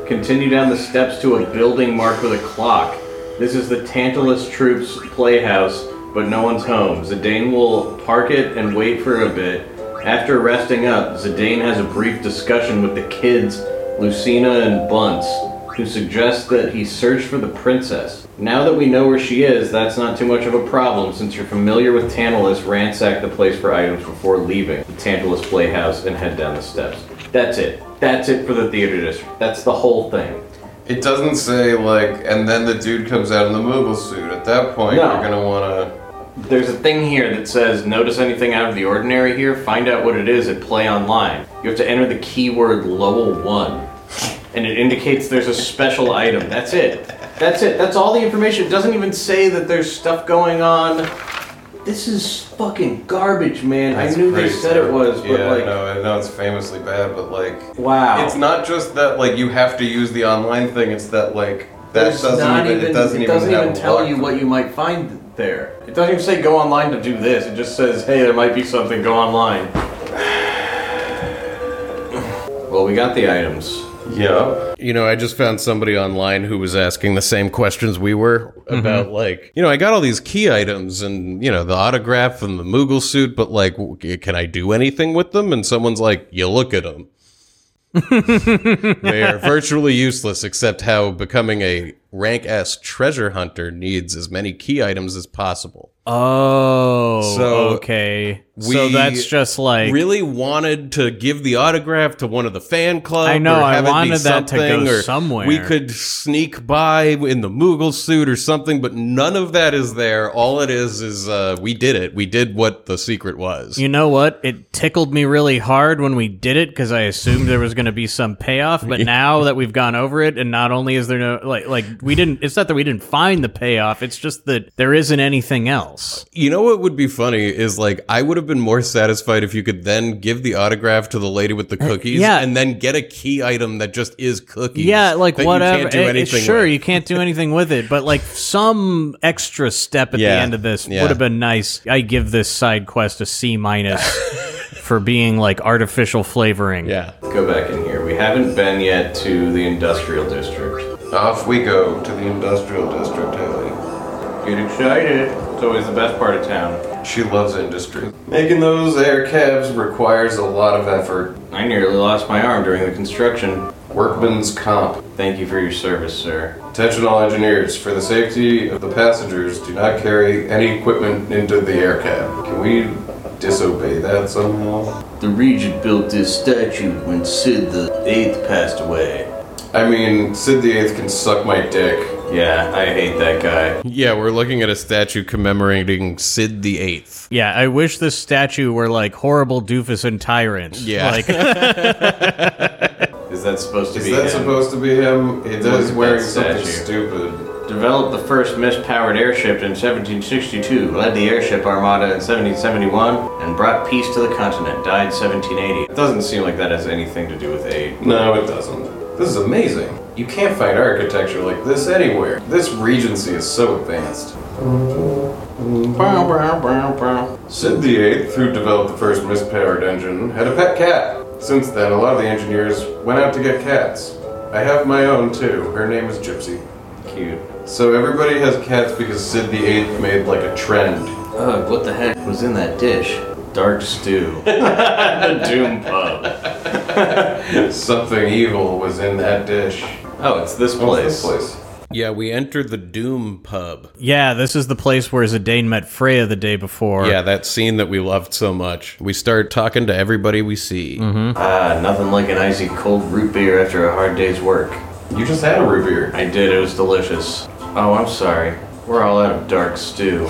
Continue down the steps to a building marked with a clock. This is the Tantalus Troops Playhouse, but no one's home. Zidane will park it and wait for a bit. After resting up, Zidane has a brief discussion with the kids, Lucina and Bunce who suggests that he search for the princess. Now that we know where she is, that's not too much of a problem since you're familiar with Tantalus, ransack the place for items before leaving the Tantalus Playhouse and head down the steps. That's it. That's it for the theater district. That's the whole thing. It doesn't say, like, and then the dude comes out in the Moogle suit. At that point, No. you're gonna wanna. There's a thing here that says notice anything out of the ordinary here, find out what it is at play online. You have to enter the keyword Lowell 1. And it indicates there's a special item. That's it. That's it. That's all the information. It doesn't even say that there's stuff going on. This is fucking garbage, man. I That's knew they pretty said it sad. was, but yeah, like, I know, oh, I know it's famously bad, but like. wow. It's not just that like you have to use the online thing. It's that like that There's doesn't not even, it doesn't even, have a tell you walkthrough. what you might find there. It doesn't even say go online to do this. It just says, hey, there might be something. Go online. well, we got the items. Yeah. You know, I just found somebody online who was asking the same questions we were about, like, you know, I got all these key items and, you know, the autograph and the Moogle suit, but, like, w- can I do anything with them? And someone's like, you look at them. they are virtually useless, except how becoming a rank S treasure hunter needs as many key items as possible. Oh, So, okay. so that's just like really wanted to give the autograph to one of the fan club. I know, Or I have it be wanted that to something, go or somewhere. We could sneak by in the Moogle suit or something, but none of that is there. All it is is uh, we did it. We did what the secret was. You know what? It tickled me really hard when we did it because I assumed there was going to be some payoff. But now that we've gone over it, and not only is there no like like we didn't. It's not that we didn't find the payoff. It's just that there isn't anything else. You know what would be funny is like I would have been more satisfied if you could then give the autograph to the lady with the cookies, Uh, yeah. and then get a key item that just is cookies. Yeah, like that whatever. You can't do It- it- anything. sure, with. you can't do anything with it, but like some extra step at Yeah, the end of this yeah. would have been nice. I give this side quest a C minus for being like artificial flavoring. Yeah. Go back in here. We haven't been yet to the industrial district. Off we go to the industrial district, Haley. Get excited. It's always the best part of town. She loves industry. Making those air cabs requires a lot of effort. I nearly lost my arm during the construction. Workman's comp. Thank you for your service, sir. Attention all engineers, for the safety of the passengers, do not carry any equipment into the air cab. Can we disobey that somehow? The regent built this statue when Sid the Eighth passed away. I mean, Sid the Eighth can suck my dick. Yeah, I hate that guy. Yeah, we're looking at a statue commemorating Sid the Eighth. Yeah, I wish this statue were like horrible doofus and tyrant. Yeah. Like, Is that supposed to Is be that him? supposed to be him? He Look does at wearing that something statue. stupid. Developed the first mist-powered airship in 1762, led the airship armada in 1771, and brought peace to the continent. Died 1780. It doesn't seem like that has anything to do with aid. No, it doesn't. This is amazing. You can't find architecture like this anywhere. This regency is so advanced. Bow, bow, bow, bow. Sid the Eighth, who developed the first mist-powered engine, had a pet cat. Since then, a lot of the engineers went out to get cats. I have my own too. Her name is Gypsy. Cute. So everybody has cats because Sid the Eighth made like a trend. Ugh, what the heck was in that dish? Dark stew. the Doom Pub. Something evil was in that dish. Oh, it's this place. What's this place? Yeah, we entered the Doom pub. yeah, this is the place where Zidane met Freya the day before. Yeah, that scene that we loved so much. We start talking to everybody we see. Mm-hmm. Ah, nothing like an icy cold root beer after a hard day's work. You just had a revere. I did, it was delicious. Oh, I'm sorry. We're all out of dark stew.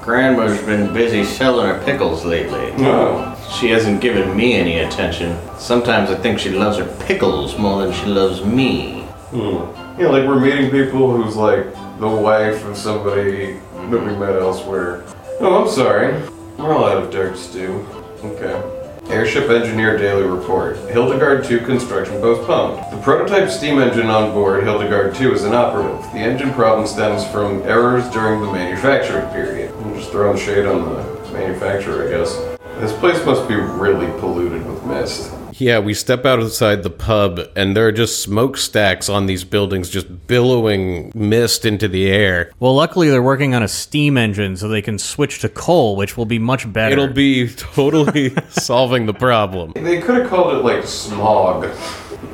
Grandma's been busy selling her pickles lately. No. She hasn't given me any attention. Sometimes I think she loves her pickles more than she loves me. Yeah, like we're meeting people who's like the wife of somebody that we met elsewhere. Oh, I'm sorry. We're all out of dark stew. Okay. Airship Engineer Daily Report. Hildegard 2 construction postponed. The prototype steam engine on board Hildegard 2 is inoperative. The engine problem stems from errors during the manufacturing period. I'm just throwing shade on the manufacturer, I guess. This place must be really polluted with mist. Yeah, we step outside the pub, and there are just smokestacks on these buildings, just billowing mist into the air. Well, luckily they're working on a steam engine, so they can switch to coal, which will be much better. It'll be totally solving the problem. They could have called it like smog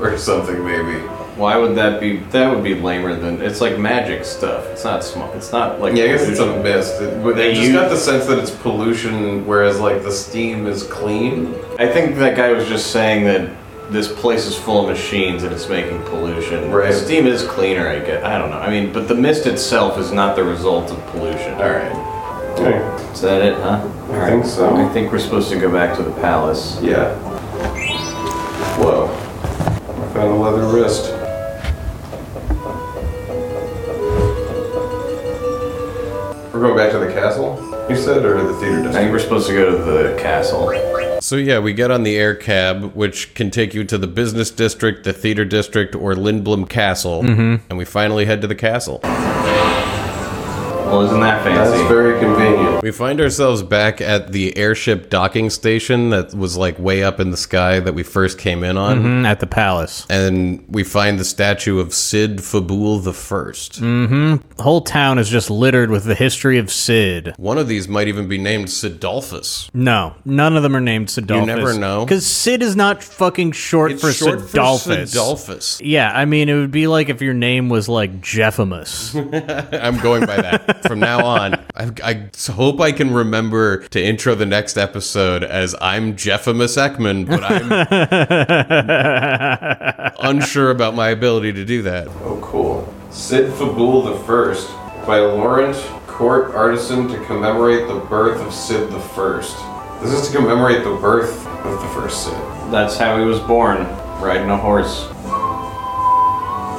or something, maybe. Why would that be? That would be lamer than. It's like magic stuff. It's not small. It's not like. Yeah, I guess it's a mist. It, but They they just use- got the sense that it's pollution, whereas like the steam is clean. I think that guy was just saying that this place is full of machines and it's making pollution. Right. Steam is cleaner, I guess. I don't know. I mean, but the mist itself is not the result of pollution. All right. Is that it, huh? All right. think so. I think we're supposed to go back to the palace. Yeah. Whoa. I found a leather wrist. We're going back to the castle. You said, or the theater I think district? we're supposed to go to the castle. So, yeah, we get on the air cab, which can take you to the business district, the theater district, or Lindblom Castle. Mm-hmm. And we finally head to the castle. Well, isn't that fancy? That's very convenient. We find ourselves back at the airship docking station that was like way up in the sky that we first came in on. Mm, at the palace. and we find the statue of Sid Fabul the First. Mm. The whole town is just littered with the history of Sid. One of these might even be named Sidolphus. No, none of them are named Sidolphus. never know. Because Sid is not fucking short for Sidolphus. Sidolphus. yeah, I mean, it would be like if your name was like Jeffimus. I'm going by that. from now on. I, I hope I can remember to intro the next episode as I'm Jeffimus Ekman, but I'm unsure about my ability to do that. Oh, cool. Sid Fabul the First by Laurent Court Artisan to commemorate the birth of Sid the First. This is to commemorate the birth of the first Sid. That's how he was born, riding a horse.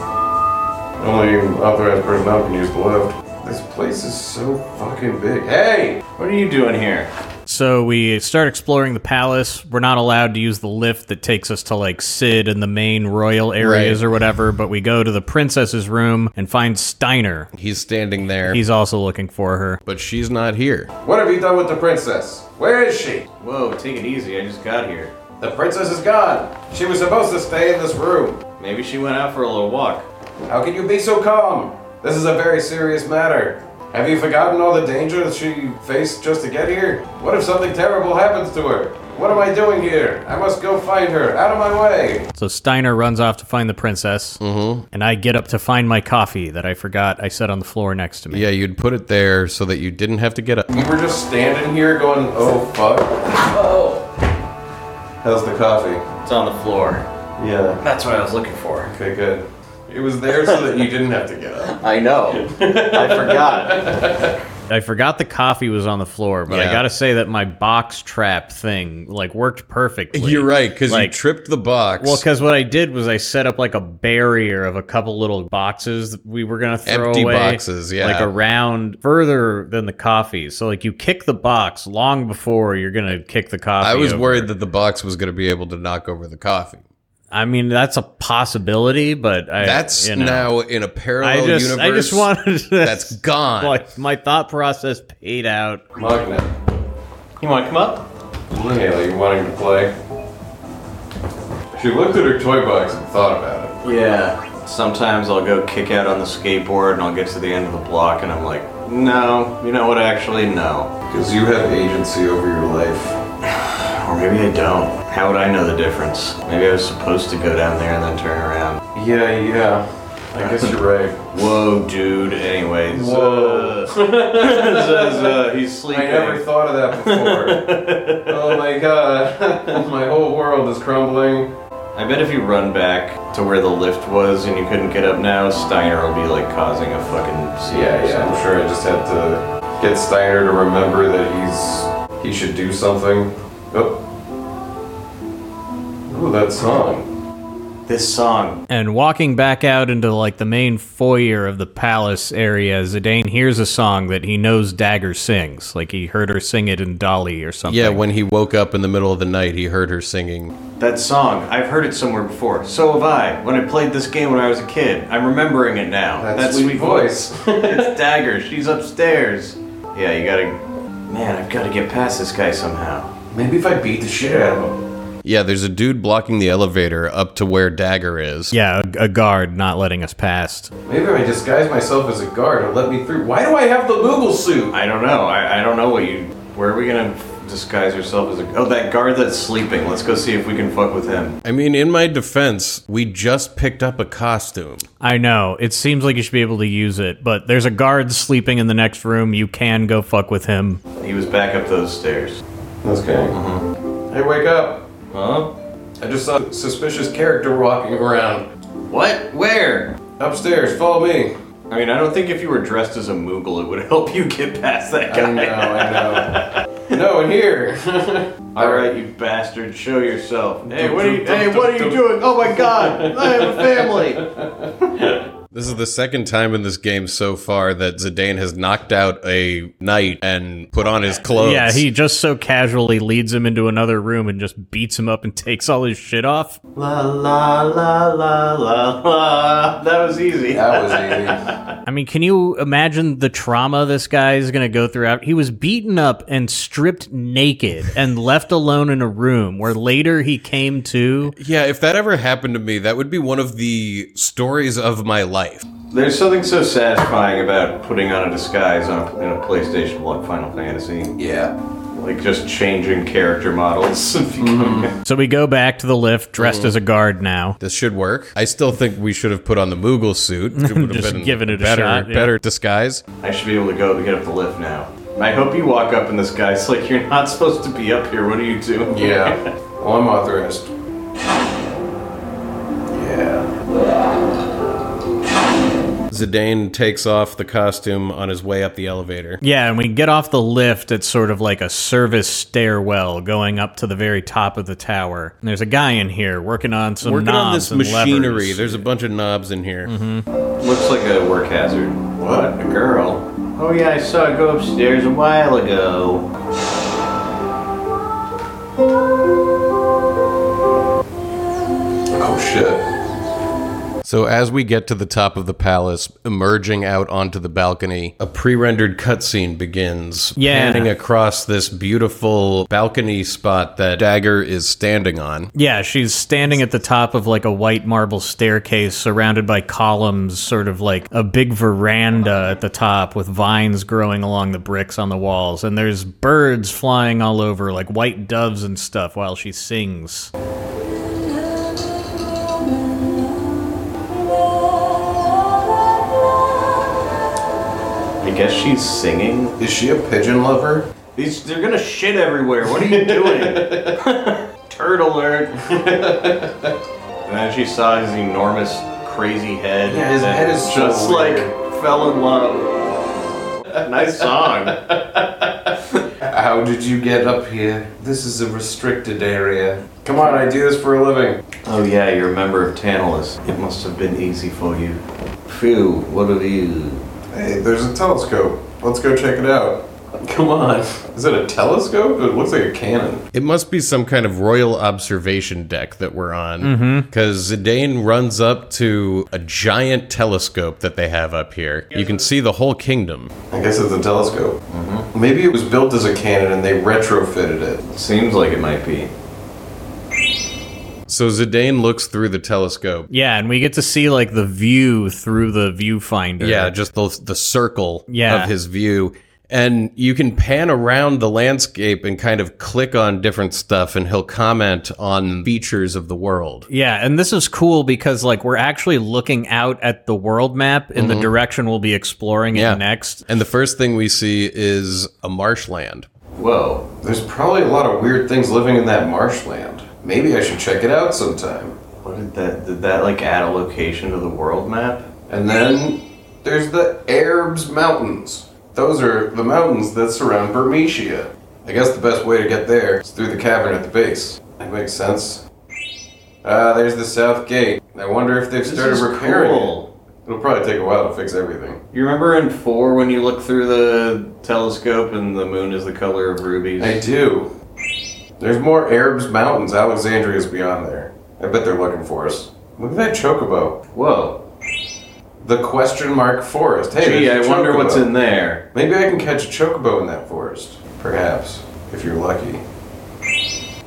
Only authorized personnel can use the lift. This place is so fucking big. Hey! What are you doing here? So we start exploring the palace. We're not allowed to use the lift that takes us to like Sid and the main royal areas Right. or whatever, but we go to the princess's room and find Steiner. He's standing there, He's also looking for her. but she's not here. What have you done with the princess? Where is she? Whoa, take it easy. I just got here. The princess is gone. She was supposed to stay in this room. Maybe she went out for a little walk. How can you be so calm? This is a very serious matter. Have you forgotten all the danger that she faced just to get here? What if something terrible happens to her? What am I doing here? I must go find her. Out of my way. So Steiner runs off to find the princess, mm-hmm. and I get up to find my coffee that I forgot I set on the floor next to me. Yeah, you'd put it there so that you didn't have to get up. We're just standing here going, oh fuck. Oh. How's the coffee? It's on the floor. Yeah. That's what I was looking for. Okay, good. It was there so that you didn't have to get up. I know. I forgot. I forgot the coffee was on the floor, but Yeah. I gotta say that my box trap thing like worked perfectly. You're right, because you Like- tripped the box. Well, because what I did was I set up like a barrier of a couple little boxes that we were gonna throw Empty away, boxes, yeah. like around further than the coffee. So like you kick the box long before you're gonna kick the coffee. I was over. worried that the box was going to be able to knock over the coffee. I mean, that's a possibility, but I, That's you know, now in a parallel I just universe. I just wanted to, that's gone. like my thought process paid out. Magnet. You want to come up? Haley wanting to play. She looked at her toy box and thought about Yeah. Sometimes I'll go kick out on the skateboard and I'll get to the end of the block and I'm like, no, you know what, actually, no. it. Because you have agency over your life. Or maybe I don't. How would I know the difference? Maybe I was supposed to go down there and then turn around. Yeah, yeah. I guess you're right. Whoa, dude. Anyways. Whoa. Uh, says, uh, he's I sleeping. never thought of that before. oh my god. my whole world is crumbling. I bet if you run back to where the lift was and you couldn't get up now, Steiner will be like causing a fucking scene. Yeah, yeah, I'm sure I just had to get Steiner to remember that he's he should do something. Oh. Ooh, that song. This song. And walking back out into like the main foyer of the palace area, Zidane hears a song that he knows Dagger sings. Like he heard her sing it in Dolly or something. yeah, when he woke up in the middle of the night, he heard her singing. That song. I've heard it somewhere before. So have I. When I played this game when I was a kid. I'm remembering it now. That that sweet sweet voice. it's Dagger. She's upstairs. Yeah, you gotta. Man, I've gotta get past this guy somehow. Maybe if I beat the shit out of him. Yeah, there's a dude blocking the elevator up to where Dagger is. Yeah, a, a guard not letting us past. Maybe if I disguise myself as a guard, it'll let me through. Why do I have the Google suit? I don't know. I, I don't know what you. Where are we gonna disguise yourself as a. Oh, that guard that's sleeping. Let's go see if we can fuck with him. I mean, in my defense, we just picked up a costume. I know. It seems like you should be able to use it, but there's a guard sleeping in the next room. You can go fuck with him. He was back up those stairs. That's okay. Mm-hmm. Hey, wake up! Huh? I just saw a suspicious character walking around. What? Where? Upstairs, follow me. I mean, I don't think if you were dressed as a Moogle, it would help you get past that I guy. know, I know. no, in here. All right, you bastard, show yourself. Hey, what are you? Hey, what are you doing? Oh my God! I have a family. This is the second time in this game so far that Zidane has knocked out a knight and put on his clothes. Yeah, he just so casually leads him into another room and just beats him up and takes all his shit off. La la la la la la. That was easy. that was easy. I mean, can you imagine the trauma this guy is going to go through? He was beaten up and stripped naked and left alone in a room where later he came to. Yeah, if that ever happened to me, that would be one of the stories of my life. There's something so satisfying about putting on a disguise on in a PlayStation like Final Fantasy. Yeah. like just changing character models. and Mm-hmm. becoming- So we go back to the lift Mm. dressed as a guard now. This should work. I still think we should have put on the Moogle suit. It would have Just been giving it a better, shot, yeah. better disguise. I should be able to go to get up the lift now. I hope you walk up and this guy's like, "You're not supposed to be up here. What are you doing?" Yeah. Well, I'm authorized. Yeah. Zidane takes off the costume on his way up the elevator. Yeah, and we get off the lift. It's sort of like a service stairwell going up to the very top of the tower. And there's a guy in here working on some Working on knobs this and machinery. levers. There's a bunch of knobs in here. Looks like a work hazard. What? A girl? Oh yeah, I saw her go upstairs a while ago. Oh shit. So as we get to the top of the palace, emerging out onto the balcony, a pre-rendered cutscene begins, Yeah. panning across this beautiful balcony spot that Dagger is standing on. Yeah, she's standing at the top of like a white marble staircase surrounded by columns, sort of like a big veranda at the top with vines growing along the bricks on the walls. And there's birds flying all over, like white doves and stuff, while she sings. I guess she's singing. Is she a pigeon lover? These they're gonna shit everywhere. What are you doing? Turtle alert. and then she saw his enormous crazy head. Yeah, his and head is so just weird. like fell in love. nice song. How did you get up here? This is a restricted area. Come on, I do this for a living. Oh yeah, you're a member of Tantalus. It must have been easy for you. Phew, what have you? Hey, there's a telescope. Let's go check it out. Come on. Is it a telescope? It looks like a cannon. It must be some kind of royal observation deck that we're Mm-hmm. on, because Zidane runs up to a giant telescope that they have up here. You can see the whole kingdom. I guess it's a telescope. Mm-hmm. Maybe it was built as a cannon and they retrofitted it. Seems like it might be. So Zidane looks through the telescope. Yeah, and we get to see like the view through the viewfinder. Yeah, just the the circle Yeah. of his view. And you can pan around the landscape and kind of click on different stuff, and he'll comment on features of the world. Yeah, and this is cool because like we're actually looking out at the world map in the direction we'll be exploring Mm-hmm. Yeah. it next. And the first thing we see is a marshland. Whoa. There's probably a lot of weird things living in that marshland. Maybe I should check it out sometime. What did that did that like add a location to the world map? And then there's the Erbs Mountains. Those are the mountains that surround Bermesia. I guess the best way to get there is through the cavern at the base. That makes sense. Ah, there's the south gate. I wonder if they've started repairing it. It'll probably take a while to fix everything. You remember in four when you look through the telescope and the moon is the color of rubies? I do. There's more Arabs Mountains. Alexandria's beyond there. I bet they're looking for us. Look at that chocobo. Whoa. The question mark forest. Hey, Gee, I there's a wonder what's chocobo. in there. Maybe I can catch a chocobo in that forest. Perhaps, if you're lucky.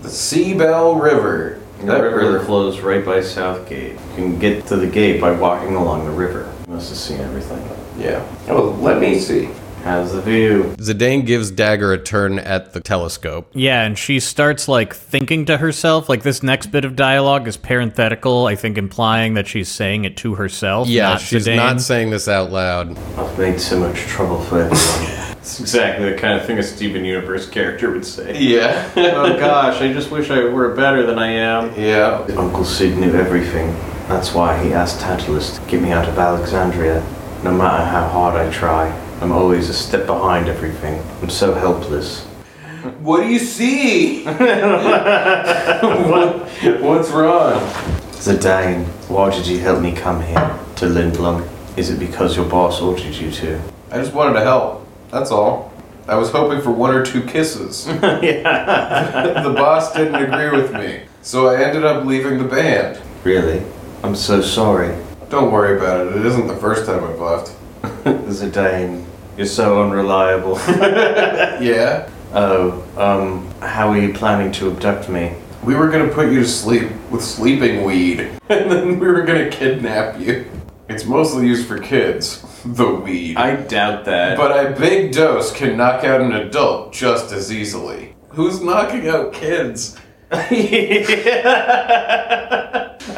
The Seabell River. That river that flows right by Southgate. You can get to the gate by walking along the river. You must have seen everything. Yeah. Oh, let me see. How's the view? Zidane gives Dagger a turn at the telescope. Yeah, and she starts like thinking to herself. Like this next bit of dialogue is parenthetical, I think implying that she's saying it to herself. Yeah, not she's to Dane. not saying this out loud. I've made so much trouble for everyone. It's exactly the kind of thing a Steven Universe character would say. Yeah. oh gosh, I just wish I were better than I am. yeah. Uncle Sid knew everything. That's why he asked Tantalus to get me out of Alexandria. No matter how hard I try, I'm always a step behind everything. I'm so helpless. What do you see? what, what's wrong? Zidane, why did you help me come here to Lindblom? Is it because your boss ordered you to? I just wanted to help. That's all. I was hoping for one or two kisses. the boss didn't agree with me, so I ended up leaving the band. Really? I'm so sorry. Don't worry about it. It isn't the first time I've left. Zidane, you're so unreliable. Yeah. oh, um, how are you planning to abduct me? We were gonna put you to sleep with sleeping weed, and then we were gonna kidnap you. It's mostly used for kids, the weed. I doubt that. but a big dose can knock out an adult just as easily. Who's knocking out kids?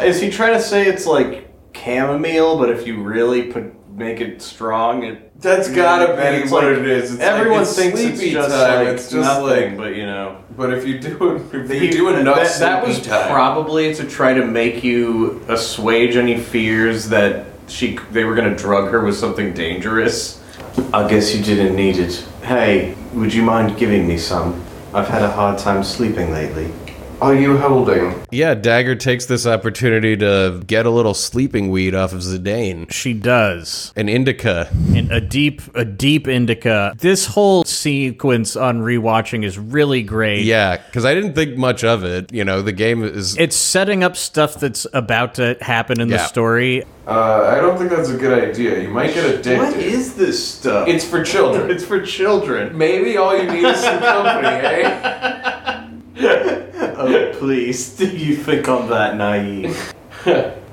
Is he trying to say it's like chamomile, but if you really put make it strong, it That's gotta and be it's what like- it is. It's everyone like it's thinks sleepy it's just time. like it's just nothing, like. but you know. But if you do it, if He- you do enough that, that was sleepy time, probably to try to make you assuage any fears that she they were gonna drug her with something dangerous. I guess you didn't need it. Hey, would you mind giving me some? I've had a hard time sleeping lately. are you holding? Yeah, Dagger takes this opportunity to get a little sleeping weed off of Zidane. She does. An indica. And a deep a deep indica. This whole sequence on rewatching is really great. Yeah, because I didn't think much of it. You know, the game is. It's setting up stuff that's about to happen in the Yeah. story. Uh, I don't think that's a good idea. You might get addicted. What is this stuff? It's for children. it's for children. Maybe all you need is some company, eh? Oh, please, do you think I'm that naive?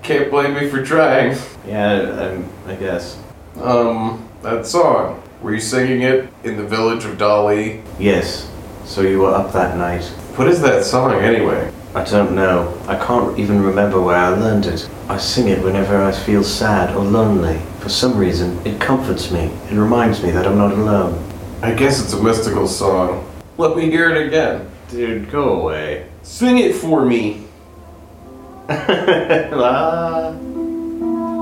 Can't blame me for trying. yeah, i I guess. Um, that song. Were you singing it in the village of Dali? Yes. So you were up that night. What is that song anyway? I don't know. I can't even remember where I learned it. I sing it whenever I feel sad or lonely. For some reason, it comforts me and reminds me that I'm not alone. I guess it's a mystical song. Let me hear it again. Dude, go away. Sing it for me. Ah.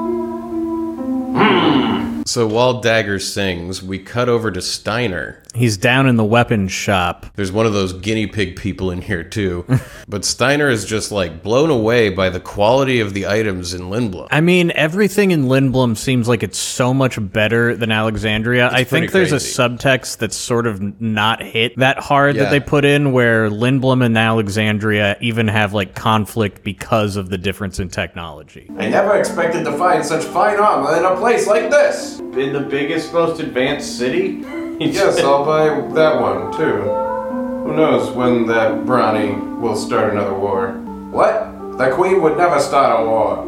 Hmm. So while Dagger sings, we cut over to Steiner. He's down in the weapon shop. There's one of those guinea pig people in here, too. but Steiner is just like blown away by the quality of the items in Lindblom. I mean, everything in Lindblom seems like it's so much better than Alexandria. I think pretty there's crazy. a subtext that's sort of not hit that hard Yeah. that they put in where Lindblom and Alexandria even have like conflict because of the difference in technology. I never expected to find such fine armor in a place like this. In the biggest, most advanced city? Yes, I'll buy that one too. Who knows when that brownie will start another war? What? The queen would never start a war.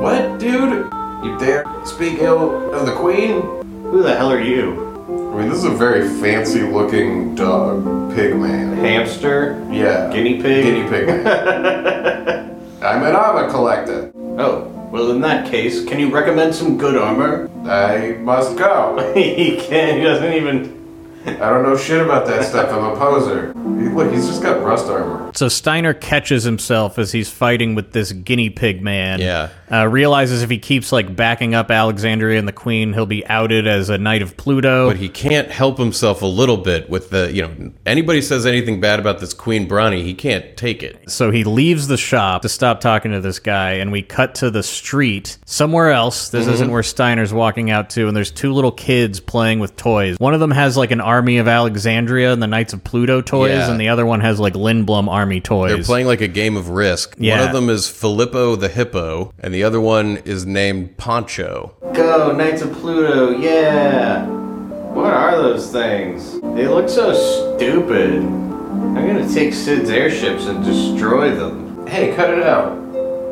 What, dude? You dare speak ill of the queen? Who the hell are you? I mean, this is a very fancy-looking dog pig man. Hamster? Yeah. Guinea pig? Guinea pig man. I'm an armor collector. Oh, well, in that case, can you recommend some good armor? I must go. he can't, he doesn't even. I don't know shit about that stuff. I'm a poser. He- Look, he's just got rust armor. So Steiner catches himself as he's fighting with this guinea pig man. Yeah. Uh, realizes if he keeps like backing up Alexandria and the Queen, he'll be outed as a knight of Pluto. but he can't help himself a little bit with the, you know, anybody says anything bad about this Queen Bronny, he can't take it. So he leaves the shop to stop talking to this guy, and we cut to the street somewhere else. This Mm-hmm. isn't where Steiner's walking out to, and there's two little kids playing with toys. One of them has like an Army of Alexandria and the Knights of Pluto toys, Yeah. and the other one has like Lindblom Army toys. They're playing like a game of risk. One Yeah. of them is Filippo the Hippo, and the other one is named Poncho. Go, Knights of Pluto, yeah! What are those things? They look so stupid. I'm gonna take Sid's airships and destroy them. Hey, cut it out.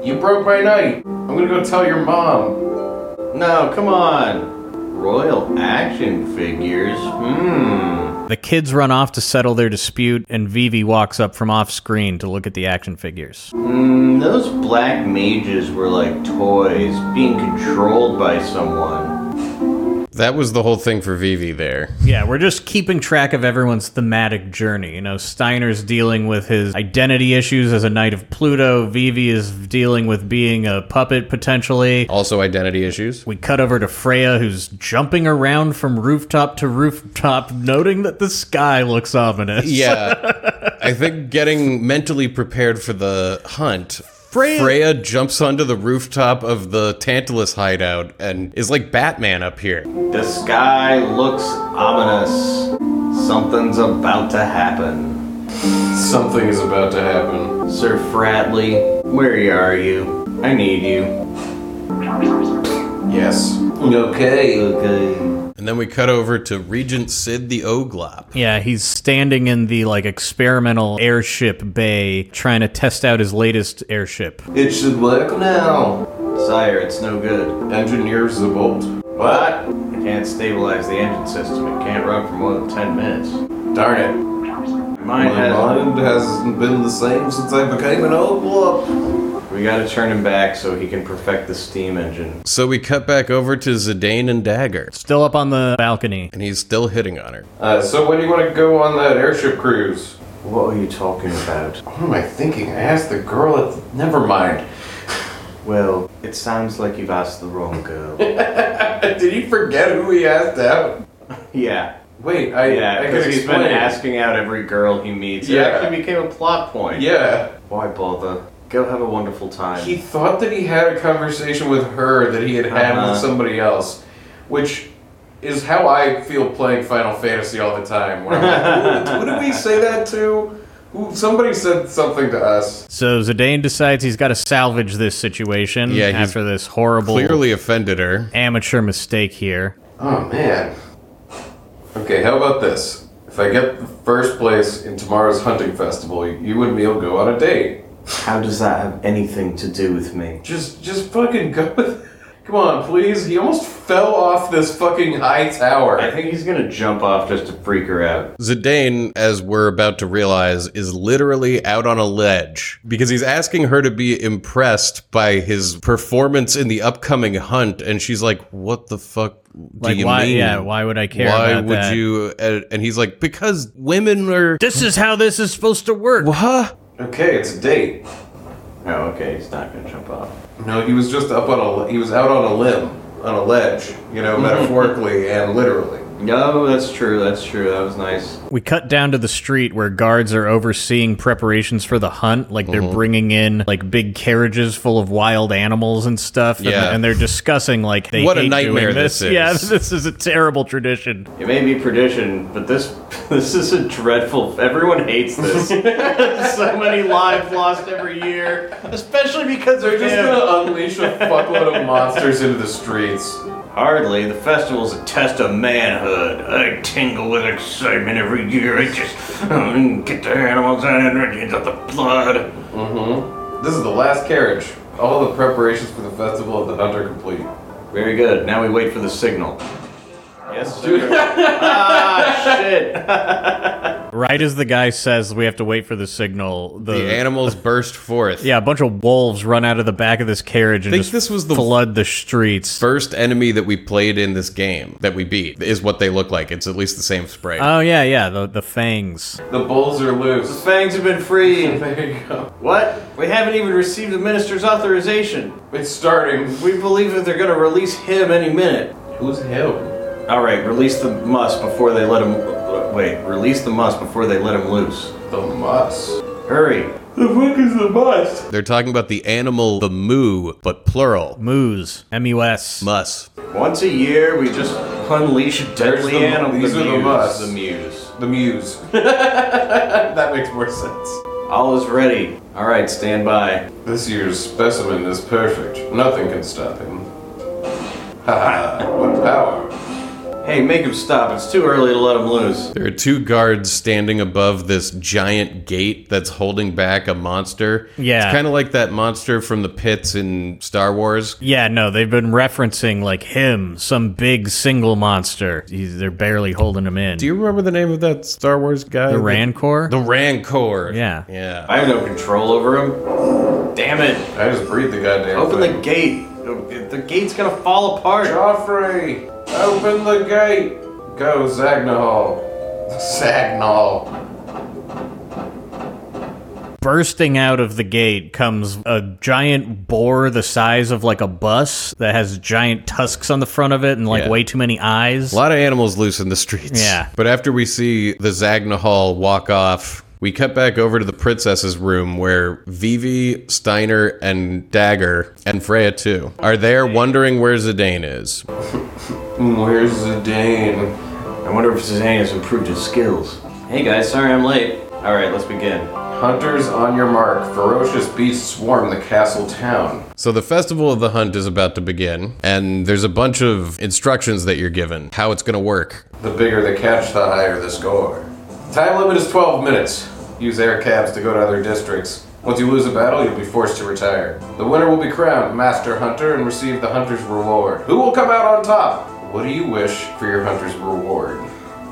You broke my night. I'm gonna go tell your mom. No, come on! Royal action figures? Hmm. the kids run off to settle their dispute, and Vivi walks up from off screen to look at the action figures. Mm, those black mages were like toys being controlled by someone. That was the whole thing for Vivi there. Yeah, we're just keeping track of everyone's thematic journey. You know, Steiner's dealing with his identity issues as a knight of Pluto. Vivi is dealing with being a puppet potentially. Also, identity issues. We cut over to Freya, who's jumping around from rooftop to rooftop, noting that the sky looks ominous. Yeah. I think getting mentally prepared for the hunt. Freya- Freya jumps onto the rooftop of the Tantalus hideout and is like Batman up here. The sky looks ominous. Something's about to happen. Something is about to happen. Sir Fratley, where are you? I need you. Yes. Okay. Okay. And then we cut over to Regent Sid the Oglop. Yeah, he's standing in the like experimental airship bay trying to test out his latest airship. It should work now. Sire, it's no good. Engineers the bolt. But I can't stabilize the engine system. It can't run for more than 10 minutes. Darn it. Mine has. hasn't been the same since I became an old whoop. We gotta turn him back so he can perfect the steam engine. So we cut back over to Zidane and Dagger, Still up on the balcony. and he's still hitting on her. Uh, so when do you want to go on that airship cruise? What are you talking about? What am I thinking? I asked the girl at the... Never mind. Well, it sounds like you've asked the wrong girl. Did you forget who he asked out? yeah. Wait, I, Yeah, I because could he's explain. been asking out every girl he meets. Yeah. It actually became a plot point. Yeah. Why bother? Go have a wonderful time. He thought that he had a conversation with her that he had had Uh-huh. with somebody else, which is how I feel playing Final Fantasy all the time. Where I'm like, who, who did we say that to? Who, somebody said something to us. So Zidane decides he's got to salvage this situation Yeah, he's after this horrible Clearly offended her. amateur mistake here. Oh man. Okay, how about this? If I get the first place in tomorrow's hunting festival, you and me'll go on a date. How does that have anything to do with me? Just, just fucking go with. Come on, please. He almost fell off this fucking high tower. I think he's gonna jump off just to freak her out. Zidane, as we're about to realize, is literally out on a ledge because he's asking her to be impressed by his performance in the upcoming hunt, and she's like, "What the fuck do Like you why? mean? Yeah, why would I care? Why about would that? you?" And and he's like, "Because women are." This is how this is supposed to work. Huh? Okay, it's a date. Oh, okay, he's not gonna jump off. No, he was just up on a he was out on a limb, on a ledge, you know, metaphorically and literally. No, that's true, that's true. That was nice. We cut down to the street where guards are overseeing preparations for the hunt. Like Mm-hmm. they're bringing in like big carriages full of wild animals and stuff. and- Yeah. And, they're discussing like they What a hate doing nightmare this is. Yeah, this is a terrible tradition. It may be perdition, but this this is a dreadful. Everyone hates this. so many lives lost every year, especially because They're just gonna unleash a fuckload of monsters into the streets. Hardly. The festival's a test of manhood. I tingle with excitement every year. I just um, get the animals out and rinse out the blood. This is the last carriage. All the preparations for the festival of the hunt are complete. Very good. Now we wait for the signal. Yes, sir. ah, shit. Right as the guy says we have to wait for the signal, the, Uh, The animals burst forth. yeah, a bunch of wolves run out of the back of this carriage and Think just this was the- flood the streets. First enemy that we played in this game that we beat is what they look like. It's at least the same spray. oh yeah, yeah, the the fangs. The bulls are loose. Fangs have been freed. There you go. What? We haven't even received the minister's authorization. It's starting. We believe that they're gonna release him any minute. Who's him? All right, release the muss before they let him. Wait, release the muss before they let him loose. The muss. Hurry! The fuck is the muss? They're talking about the animal, the moo, but plural. Moose. M U S. Mus. Once a year, we just unleash a deadly the- animal. these are the muse, muss. The muse. The muse. that makes more sense. All is ready. All right, stand by. This year's specimen is perfect. Nothing can stop him. Ha ha! What power! Hey, make him stop. It's too early to let him loose. There are two guards standing above this giant gate that's holding back a monster. Yeah. It's kind of like that monster from the pits in Star Wars. Yeah, no, they've been referencing like him, some big single monster. He's, they're barely holding him in. Do you remember the name of that Star Wars guy? the Rancor? The Rancor. Yeah. Yeah. I have no control over him. Damn it! I just breathe the goddamn Open thing. the gate. The- The gate's gonna fall apart. Joffrey! Open the gate! Go, Zagnahal! Zagnal! Bursting out of the gate comes a giant boar the size of like a bus that has giant tusks on the front of it and like Yeah. way too many eyes. A lot of animals loose in the streets. Yeah. But after we see the Zagnahal walk off, we cut back over to the princess's room where Vivi, Steiner, and Dagger, and Freya too, are there wondering where Zidane is. Where's Zidane? I wonder if Zidane has improved his skills. Hey guys, sorry I'm late. All right, let's begin. Hunters on your mark. Ferocious beasts swarm the castle town. So the festival of the hunt is about to begin, and there's a bunch of instructions that you're given how it's going to work. The bigger the catch, the higher the score. Time limit is 12 minutes. Use air cabs to go to other districts. Once you lose a battle, you'll be forced to retire. The winner will be crowned Master Hunter and receive the Hunter's Reward. Who will come out on top? What do you wish for your Hunter's Reward?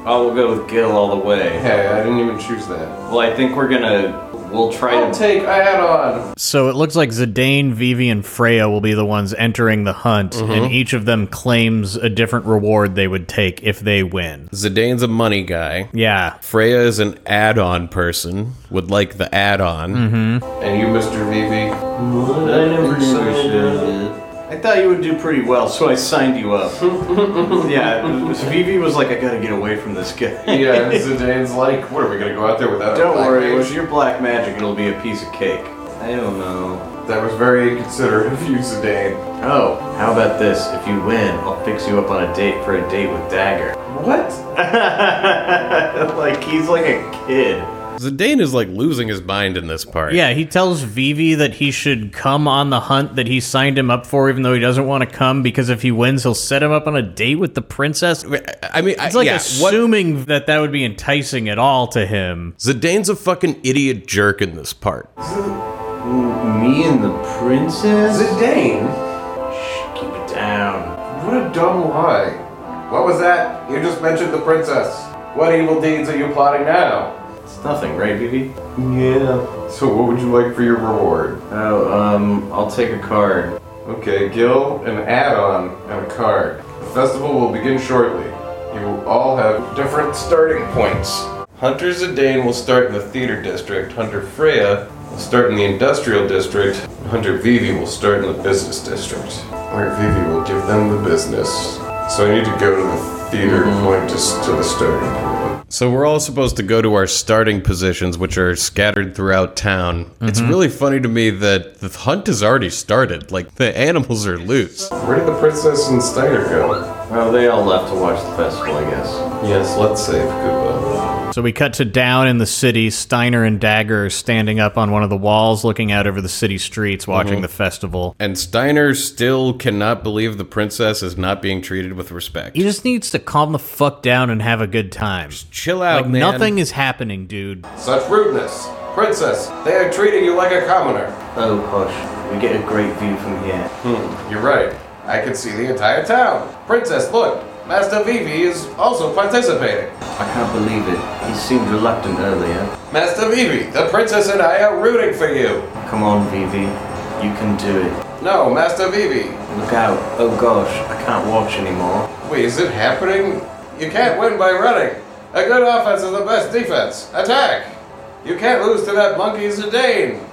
Oh, we'll go with Gil all the way. Hey, I didn't even choose that. Well, I think we're gonna. We'll try I'll to. take I add on. So it looks like Zidane, Vivi, and Freya will be the ones entering the hunt, and each of them claims a different reward they would take if they win. Zidane's a money guy. Yeah. Freya is an add-on person. Would like the add-on. Mm-hmm. And you, Mr. Vivi. I never signed up. I thought you would do pretty well, so I signed you up. yeah, Vivi was like, I gotta get away from this guy. Yeah, Zidane's like, what are we gonna go out there without? a Don't black worry, mage? with your black magic, it'll be a piece of cake. I don't know. That was very inconsiderate of you, Zidane. Oh, how about this? If you win, I'll fix you up on a date for a date with Dagger. What? like, he's like a kid. Zidane is like losing his mind in this part. Yeah, he tells Vivi that he should come on the hunt that he signed him up for, even though he doesn't want to come because if he wins, he'll set him up on a date with the princess. I mean, It's like Uh, yeah, what- assuming that that would be enticing at all to him. Zidane's a fucking idiot jerk in this part. Me and the princess? Zidane? Keep it down. What a dumb lie. What was that? You just mentioned the princess. What evil deeds are you plotting now? It's nothing, right, Vivi? Yeah. So, what would you like for your reward? Oh, um, I'll take a card. Okay, Gil, an add on and a card. The festival will begin shortly. You will all have different starting points. Hunter Zidane will start in the theater district, Hunter Freya will start in the industrial district, and Hunter Vivi will start in the business district. Hunter Vivi will give them the business. So I need to go to the theater point just to the starting point. So we're all supposed to go to our starting positions, which are scattered throughout town. It's really funny to me that the hunt has already started. Like the animals are loose. Where did the princess and Steiner go? Oh, they all left to watch the festival, I guess. Yes, let's save Goodwill. So we cut to down in the city. Steiner and Dagger are standing up on one of the walls, looking out over the city streets, watching Mm-hmm. the festival. And Steiner still cannot believe the princess is not being treated with respect. He just needs to calm the fuck down and have a good time. Chill out, Like Oh, man. nothing is happening, dude. Such rudeness! Princess, they are treating you like a commoner! Oh, hush. We get a great view from here. You're right. I can see the entire town. Princess, look! Master Vivi is also participating. I can't believe it. He seemed reluctant earlier. Master Vivi, the princess and I are rooting for you. Come on, Vivi. You can do it. No, Master Vivi. Look out. Oh gosh, I can't watch anymore. Wait, is it happening? You can't win by running. A good offense is the best defense. Attack! You can't lose to that monkey Zidane.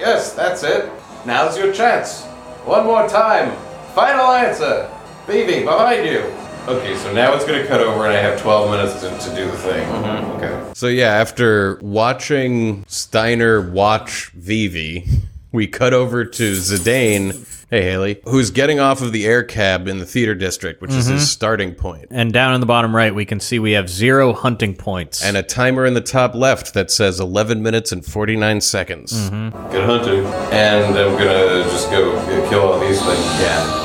Yes, that's it. Now's your chance. One more time. Final answer. Vivi, behind you. Okay, so now it's gonna cut over, and I have 12 minutes to, to do the thing. Okay. So yeah, after watching Steiner watch Vivi, we cut over to Zidane. Hey Haley, who's getting off of the air cab in the theater district, which is Mm-hmm. his starting point, And down in the bottom right, we can see we have zero hunting points. and a timer in the top left that says 11 minutes and 49 seconds. Good hunting. And I'm gonna just go kill all these things. Yeah.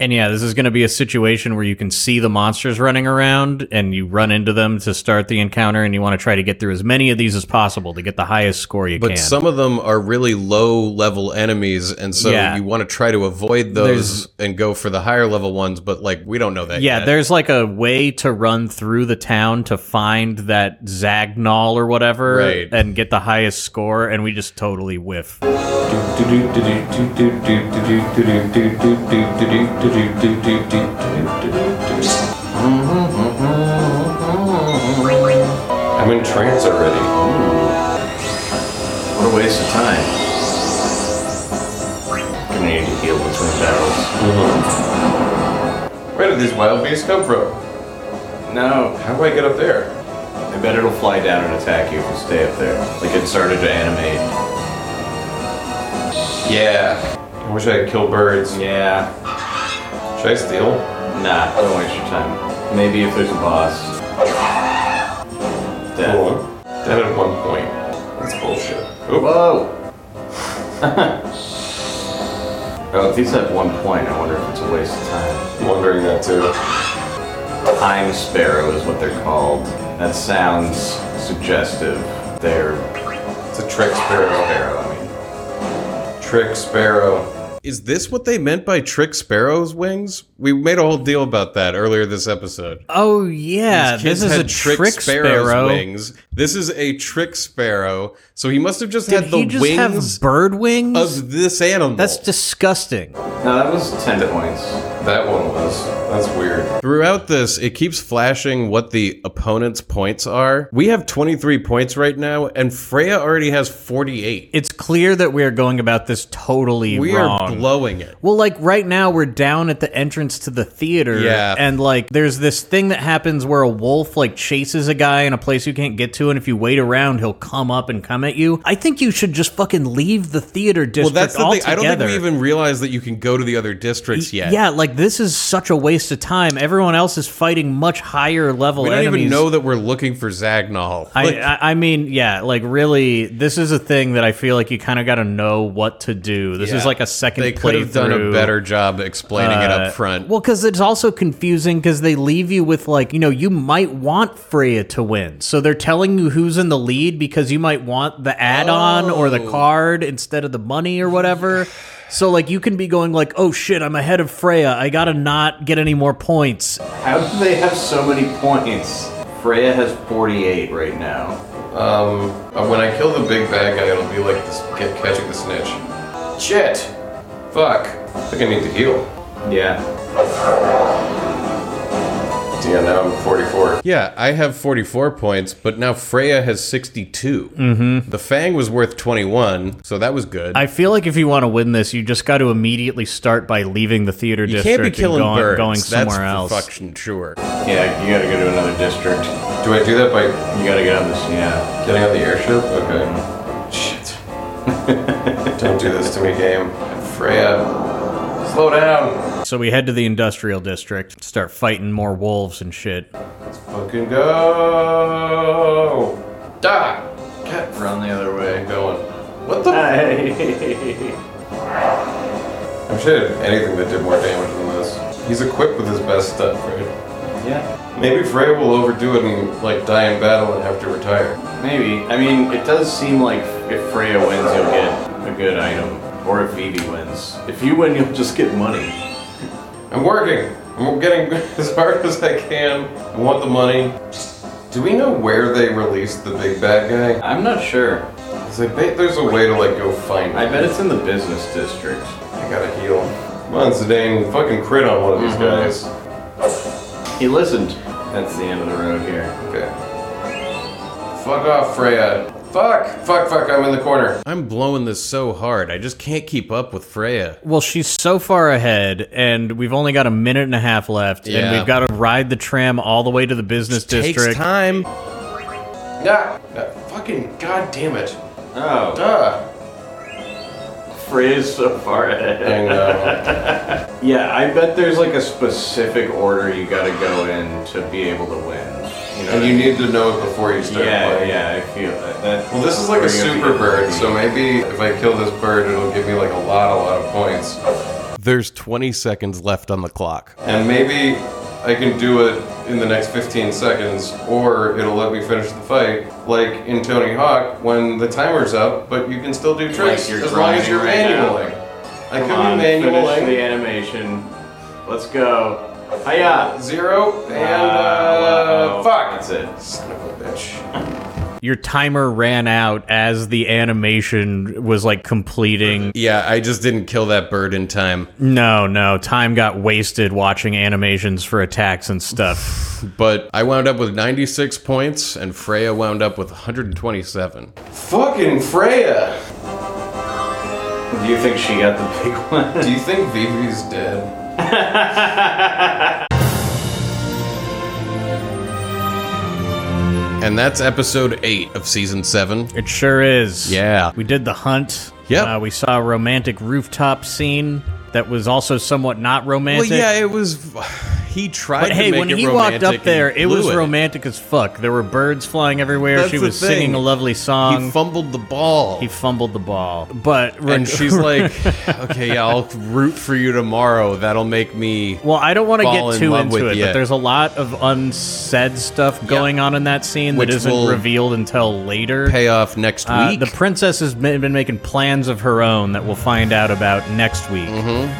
And yeah, this is going to be a situation where you can see the monsters running around and you run into them to start the encounter, and you want to try to get through as many of these as possible to get the highest score you But can. some of them are really low level enemies, and so Yeah. you want to try to avoid those and go for the higher level ones. But like, we don't know that. yeah, yet. there's like a way to run through the town to find that Zagnol or whatever Right. and get the highest score, and we just totally whiff. I'm in trance already. What a waste of time. Gonna need to heal between battles. Where did these wild beasts come from? No. How do I get up there? I bet it'll fly down and attack you if you stay up there. Like it started to animate. Yeah. I wish I could kill birds. Yeah. Should I steal? Nah, don't waste your time. Maybe if there's a boss. Death. Hold on. Dead at one point. That's bullshit. Oop. Whoa! oh, if he's at one point, I wonder if it's a waste of time. I'm wondering that too. Time Sparrow is what they're called. That sounds suggestive. They're It's a trick sparrow. sparrow, I mean. trick sparrow. Is this what they meant by trick sparrows' wings? We made a whole deal about that earlier this episode. Oh yeah, Kids this is had a trick, sparrow. wings. This is a trick sparrow. So he must have just Did had the he just wings have bird wings? of this animal. That's disgusting. No, that was tenderloins. That one was. That's weird. Throughout this, it keeps flashing what the opponent's points are. We have 23 points right now, and Freya already has 48. It's clear that we are going about this totally We wrong. are blowing it. Well, like right now, we're down at the entrance to the theater. Yeah. And like, there's this thing that happens where a wolf like chases a guy in a place you can't get to, and if you wait around, he'll come up and come at you. I think you should just fucking leave the theater Well, district that's the thing. altogether. I don't think we even realize that you can go to the other districts yet. Yeah, like this is such a waste of time. Everyone else is fighting much higher level We don't enemies. even know that we're looking for Zagnal. I, I I mean, yeah, like really, this is a thing that I feel like you kind of got to know what to do. This is Yeah. like a second. they could have done a playthrough. better job explaining it up front. uh, Well, because it's also confusing because they leave you with like you know you might want Freya to win, so they're telling you who's in the lead because you might want the add-on or Oh. the card instead of the money or whatever. So like you can be going like, oh shit, I'm ahead of Freya. I gotta not get any more points. How do they have so many points? Freya has 48 right now. Um, uh, when I kill the big bad guy, it'll be like this, ca- catching the snitch. Shit! Fuck. I think I need to heal. Yeah. Yeah, now I'm 44. yeah, I have 44 points, but now Freya has 62. Mm-hmm. The Fang was worth 21, so that was good. I feel like if you want to win this, you just got to immediately start by leaving the theater you district can't be killing and going, birds. going That's somewhere for else. fucking sure. Yeah, you gotta go to another district. Do I do that by You gotta get on this, yeah. getting on the airship? Okay. Shit. Don't do this to me, game. Freya. Slow down. So we head to the industrial district, start fighting more wolves and shit. Fucking go! Die! Get Run the other way. going. What the? I'm sure it had anything that did more damage than this. He's equipped with his best stuff, right? yeah. Maybe Frey will overdo it and like die in battle and have to retire. Maybe. I mean, it does seem like if Freya wins, you'll get a good item. Or if Vivi wins. If you win, you'll just get money. I'm working. I'm getting as hard as I can. I want the money. Do we know where they released the big bad guy? I'm not sure. 'Cause I bet there's a way to like go find him. I bet it's in the business district. I gotta heal. Come on, Zidane, fucking crit on one of these Mm-hmm. guys. He listened. That's the end of the road here. Okay. Fuck off, Freya. Fuck! Fuck! Fuck! I'm in the corner. I'm blowing this so hard. I just can't keep up with Freya. Well, she's so far ahead, and we've only got a minute and a half left, Yeah. and we've got to ride the tram all the way to the business Takes district. time. Yeah. yeah. Fucking goddamn it. Oh. Duh. Freya's so far ahead. I know. Yeah, I bet there's like a specific order you gotta go in to be able to win. You know, and you need to know it before you start Yeah, playing. yeah, I feel that. that Well, this is like Or a you're gonna super be- bird, so maybe if I kill this bird, it'll give me like a lot, a lot of points. There's 20 seconds left on the clock. And maybe I can do it in the next 15 seconds, or it'll let me finish the fight, like in Tony Hawk when the timer's up, but you can still do tricks you're as long as you're grinding right now. manualing. I Come could on, be finish the manualing. animation. Let's go. Hiya! Zero and Ah, wow. uh, fuck. That's it. Son of a bitch. Your timer ran out as the animation was like completing. Yeah, I just didn't kill that bird in time. No, no, time got wasted watching animations for attacks and stuff. But I wound up with 96 points, and Freya wound up with 127. Fucking Freya. Do you think she got the big one? Do you think Vivi's dead? And that's episode 8 of season 7. It sure is. Yeah. We did the hunt. Yep. Uh, we saw a romantic rooftop scene that was also somewhat not Well, romantic. yeah, it was. He tried But to hey, make when it he walked romantic up there, and it was blew romantic as fuck. There were birds flying everywhere. That's she the was singing thing. a lovely song. He fumbled the ball. He fumbled the ball. But and she's like, okay, yeah, I'll root for you tomorrow. That'll make me. Well, I don't want to fall get in too love into with it, yet. but there's a lot of unsaid stuff going on in that scene Which that isn't will revealed until later. pay off next Uh, week. the princess has ma- been making plans of her own that we'll find out about next week.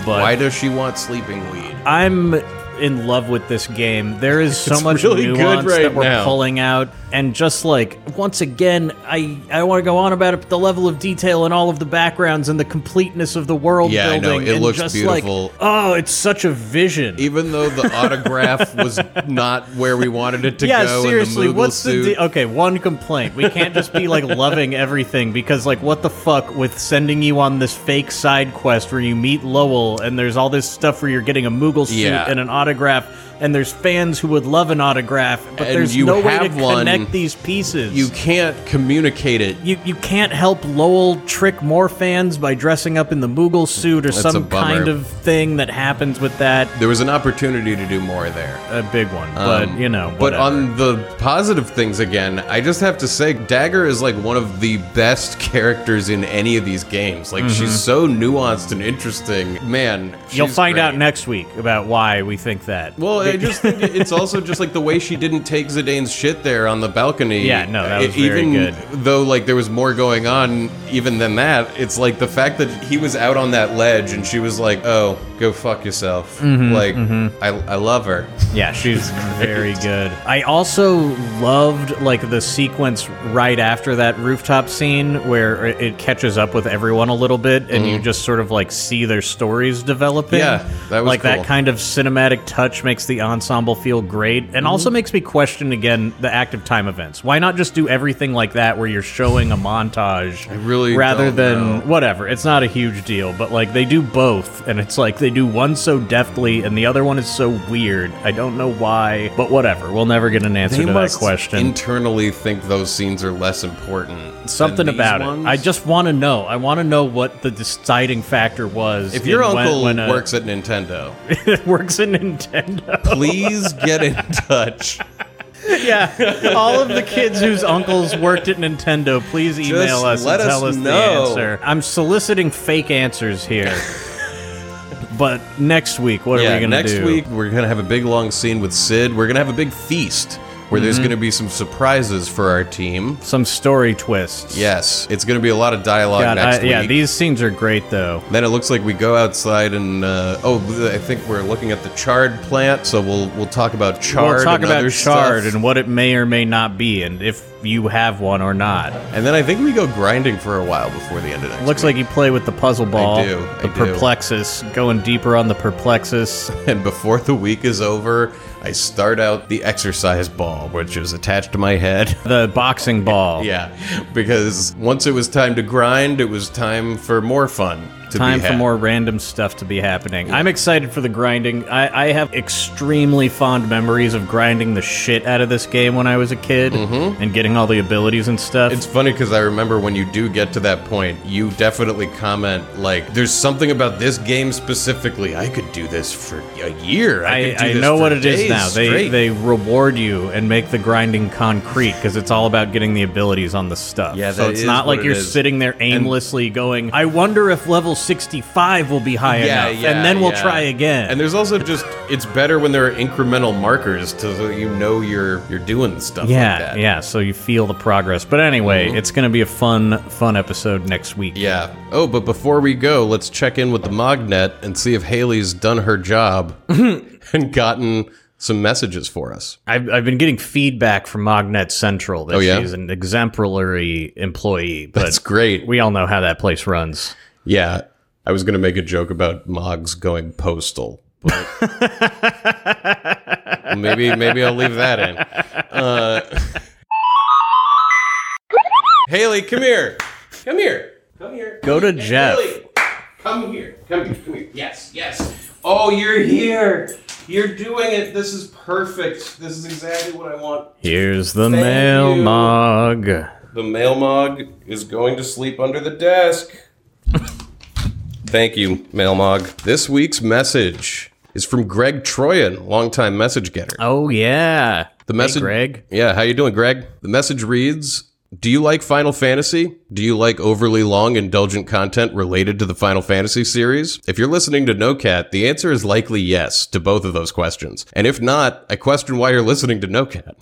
But Why does she want sleeping weed? I'm in love with this game. There is so It's much really good nuance right that we're now. pulling out, and just like once again, I I want to go on about it, but the level of detail and all of the backgrounds and the completeness of the world Yeah, I know. building. It and looks just beautiful. Like, oh, it's such a vision. Even though the autograph was not where we wanted it to yeah, go, seriously, and the Moogle what's suit, the de- okay? One complaint: we can't just be like loving everything because, like, what the fuck with sending you on this fake side quest where you meet Lowell and there's all this stuff where you're getting a Moogle suit Yeah. and an autograph, and there's fans who would love an autograph, but And there's you no way to have one, connect these pieces. you can't communicate it. You, you can't help Lowell trick more fans by dressing up in the Moogle suit or That's a some bummer. kind of thing that happens with that. There was an opportunity to do more there. A big one, but Um, Uh, you know. But whatever. on the positive things again, I just have to say Dagger is like one of the best characters in any of these games. Like she's so nuanced and interesting. Man, Mm-hmm. You'll she's find great. out next week about why we think that. Well, I just think it's also just like the way she didn't take Zidane's shit there on the balcony. Yeah, no, that E- was very even good. Though like there was more going on even than that. It's like the fact that he was out on that ledge and she was like, "Oh, go fuck yourself." Mm-hmm, like I I love her. Yeah, she's very good. I also loved like the sequence right after that rooftop scene where it- it catches up with everyone a little bit, and you just sort of like see their stories developing. Mm-hmm. Yeah, that was like cool. that kind of cinematic touch makes the ensemble feel great, and Mm-hmm. also makes me question again the active time events. Why not just do everything like that where you're showing a montage? I really rather don't than know. whatever. It's not a huge deal, but like they do both, and it's like they do one so deftly and the other one is so weird. I don't know why, but whatever. We'll never get an answer They to that must question. internally think those scenes are less important. than Something these about ones. it. I just want to know. I want to know what the deciding factor was. if your in when- uncle when uh, a- works at Nintendo, works in Nintendo, please get in touch. yeah, all of the kids whose uncles worked at Nintendo, please email Just us let and us tell us know. the answer. I'm soliciting fake answers here. but next week, what are we yeah, going to next do? week we're gonna have a big long scene with Sid. We're gonna have a big feast where there's Mm-hmm. gonna be some surprises for our team. some story twists. Yes, it's gonna be a lot of dialogue God, next I- week. yeah, these scenes are great though. Then it looks like we go outside and uh, oh, I think we're looking at the chard plant. So we'll we'll talk about chard. we'll talk and about other chard stuff. and what it may or may not be, and if you have one or not. and then I think we go grinding for a while before the end of next. Looks like you play with the puzzle ball, do, I the do. perplexus, going deeper on the perplexus. And before the week is over, I start out the exercise ball, which is attached to my head. The boxing ball. yeah, because once it was time to grind, it was time for more fun. To Time be for had. more random stuff to be happening. I'm excited for the grinding. I, I have extremely fond memories of grinding the shit out of this game when I was a kid Mm-hmm. and getting all the abilities and stuff. It's funny because I remember when you do get to that point, you definitely comment like, "There's something about this game specifically. I could do this for a year. I, I, could do I this know for what it is days now. They straight." they reward you and make the grinding concrete because it's all about getting the abilities on the stuff. Yeah, so that it's is not what like it you're is. sitting there aimlessly going, "I wonder if level 65 will be high yeah, enough," yeah, and then we'll yeah. try again. And there's also just it's better when there are incremental markers to so you know you're you're doing stuff yeah, like that. Mm-hmm. yeah. So you feel the progress. But anyway, it's going to be a fun, fun episode next week. Yeah. Oh, but before we go, let's check in with the Mognet and see if Haley's done her job and gotten some messages for us. I've, I've been getting feedback from Magnet Central that Oh, yeah? she's an exemplary employee, but That's great. we all know how that place runs. Yeah. I was going to make a joke about Mogs going postal, but maybe maybe I'll leave that in. Uh, Haley, come here. Come here. Come here. Go to Jeff. Really? Come here. Come here. Come here. Yes. Yes. Oh, you're here. You're doing it. This is perfect. This is exactly what I want. Here's the mail you. mug. The mail mog is going to sleep under the desk. Thank you, Mailmog. This week's message is from Greg Troyan, longtime message getter. Oh yeah. The message, Greg. Yeah, how you doing, Greg? The message reads: Do you like Final Fantasy? Do you like overly long, indulgent content related to the Final Fantasy series? If you're listening to NoCat, the answer is likely yes to both of those questions. And if not, I question why you're listening to NoCat.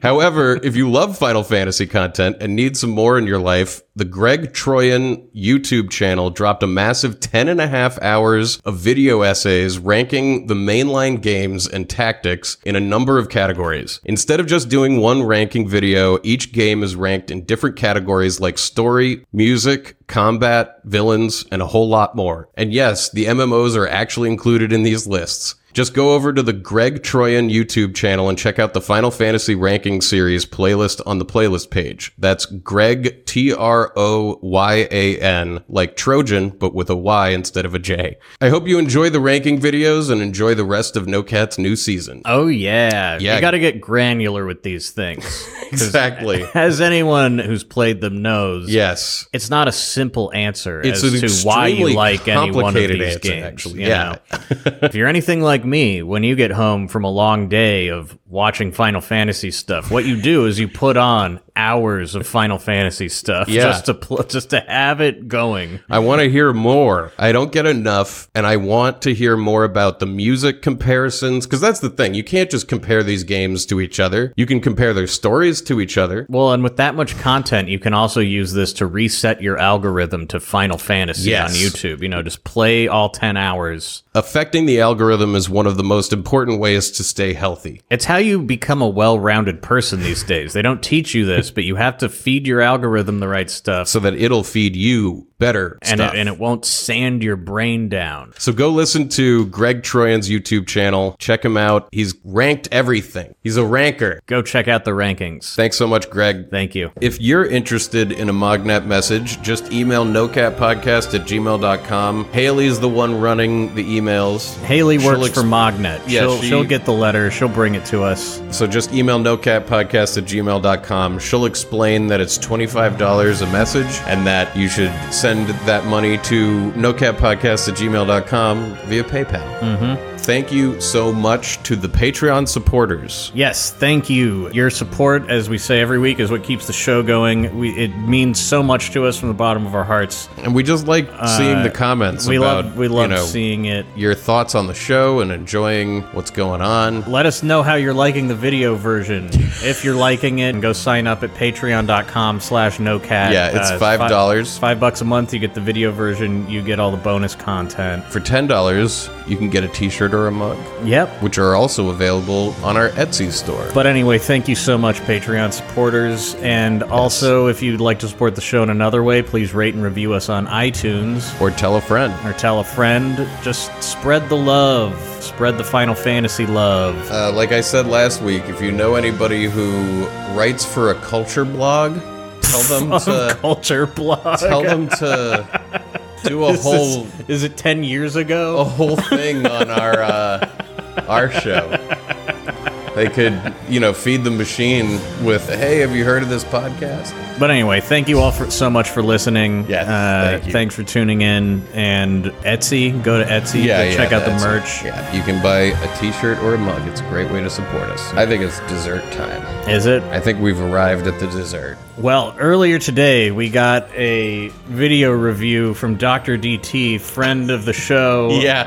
However, if you love Final Fantasy content and need some more in your life, the Greg Troyan YouTube channel dropped a massive 10 and a half hours of video essays ranking the mainline games and tactics in a number of categories. Instead of just doing one ranking video, each game is ranked in different categories like story, music, combat, villains, and a whole lot more. And yes, the MMOs are actually included in these lists. Just go over to the Greg Troyan YouTube channel and check out the Final Fantasy Ranking Series playlist on the playlist page. That's Greg T R O Y A N, like Trojan, but with a Y instead of a J. I hope you enjoy the ranking videos and enjoy the rest of No Cat's new season. Oh yeah. Yeah. You got to get granular with these things. Exactly. As anyone who's played them knows, Yes. it's not a simple answer It's an as to why you extremely like any one of complicated these answer, games. actually. you Yeah. know? if you're anything like me, when you get home from a long day of watching Final Fantasy stuff, what you do is you put on hours of Final Fantasy stuff Yeah. just to pl- just to have it going. I want to hear more. I don't get enough, and I want to hear more about the music comparisons because that's the thing. You can't just compare these games to each other. You can compare their stories to each other. Well, and with that much content, you can also use this to reset your algorithm to Final Fantasy Yes. on YouTube. You know, just play all 10 hours. Affecting the algorithm is one of the most important ways to stay healthy. It's how you become a well rounded person these days. They don't teach you this, but you have to feed your algorithm the right stuff. So that it'll feed you better and stuff. it, and it won't sand your brain down. So go listen to Greg Troyan's YouTube channel. Check him out. He's ranked everything. He's a ranker. Go check out the rankings. Thanks so much, Greg. Thank you. If you're interested in a Mognet message, just email nocatpodcast at gmail.com. Haley's the one running the emails. Haley She'll works ex- for Magnet. Yeah, she'll, she- she'll get the letter. She'll bring it to us. So just email nocatpodcast at gmail.com. She'll explain that it's $25 a message and that you should send that money to nocatpodcast at gmail.com via PayPal. Mm-hmm. Thank you so much to the Patreon supporters. Yes, thank you. Your support, as we say every week, is what keeps the show going. We, it means so much to us from the bottom of our hearts. And we just like seeing the comments Uh, we about love we love you know, seeing it. your thoughts on the show and enjoying what's going on. Let us know how you're liking the video version. if you're liking it, go sign up at patreon.com slash nocat. Yeah, it's Uh, five dollars. Five bucks a month, you get the video version, you get all the bonus content. For ten dollars, you can get a T-shirt or a mug, Yep. which are also available on our Etsy store. But anyway, thank you so much, Patreon supporters. And also, if you'd like to support the show in another way, please rate and review us on iTunes or tell a friend. or tell a friend. Just spread the love, spread the Final Fantasy love. Uh, like I said last week, if you know anybody who writes for a culture blog, tell them to Culture blog. tell them to do a Is this- whole is it 10 years ago? a whole thing on our uh, our show. They could, you know, feed the machine with, "Hey, have you heard of this podcast?" But anyway, thank you all for so much for listening. Yes, uh, thank you. Thanks for tuning in. And Etsy, go to Etsy. Yeah, go yeah, check out the that's- merch. Yeah, you can buy a T-shirt or a mug. It's a great way to support us. I think it's dessert time. Is it? I think we've arrived at the dessert. Well, earlier today we got a video review from Dr. DT, friend of the show. Yeah.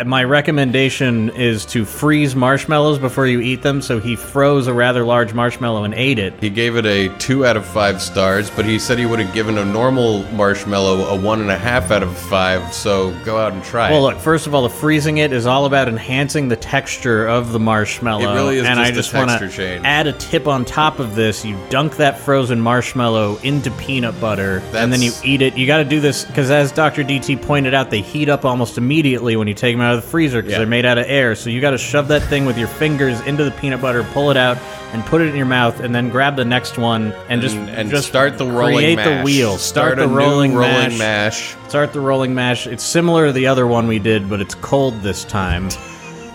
Uh, my recommendation is to freeze marshmallows before you eat them. So he froze a rather large marshmallow and ate it. He gave it a two out of five stars, but he said he would have given a normal marshmallow a one and a half out of five. So go out and try. Well, it. look. First of all, the freezing it is all about enhancing the texture of the marshmallow. It really is and just I a just wanna texture change. add a tip on top of this. You dunk that frozen marshmallow into peanut butter, and then you That's- eat it. You got to do this because, as Doctor DT pointed out, they heat up almost immediately when you take them out of the freezer because Yeah. they're made out of air. So you got to shove that thing with your fingers into the peanut butter, pull it out, and put it in your mouth, and then grab the next one and just and, and just start the rolling. create mash. the wheel. Start, the a new rolling, rolling mash. mash. Start the rolling mash. It's similar to the other one we did, but it's cold this time.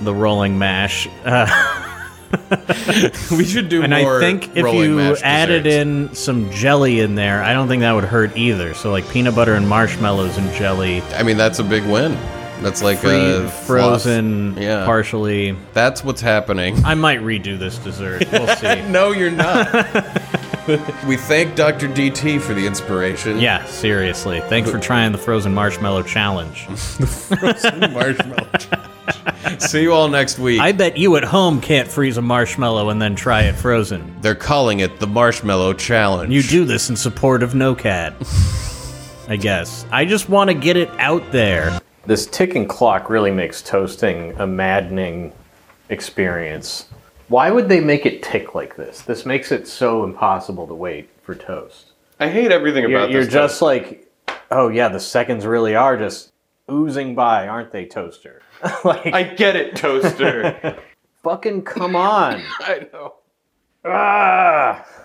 The rolling mash. Uh, We should do and more. I think if rolling you mash added desserts. in some jelly in there, I don't think that would hurt either. So like peanut butter and marshmallows and jelly. I mean that's a big win. That's like Free, a frozen, Yeah. partially. That's what's happening. I might redo this dessert. We'll see. No, you're not. we thank Dr. DT for the inspiration. yeah, seriously. Thanks for trying the frozen marshmallow challenge. Marshmallow. See you all next week. I bet you at home can't freeze a marshmallow and then try it frozen. They're calling it the Marshmallow Challenge. You do this in support of NOCAD. I guess. I just want to get it out there. This ticking clock really makes toasting a maddening experience. Why would they make it tick like this? This makes it so impossible to wait for toast. I hate everything You're, about you're this. stuff. just like, oh yeah, the seconds really are just oozing by, aren't they, toaster? like, I get it, toaster. fucking come on. I know. ah!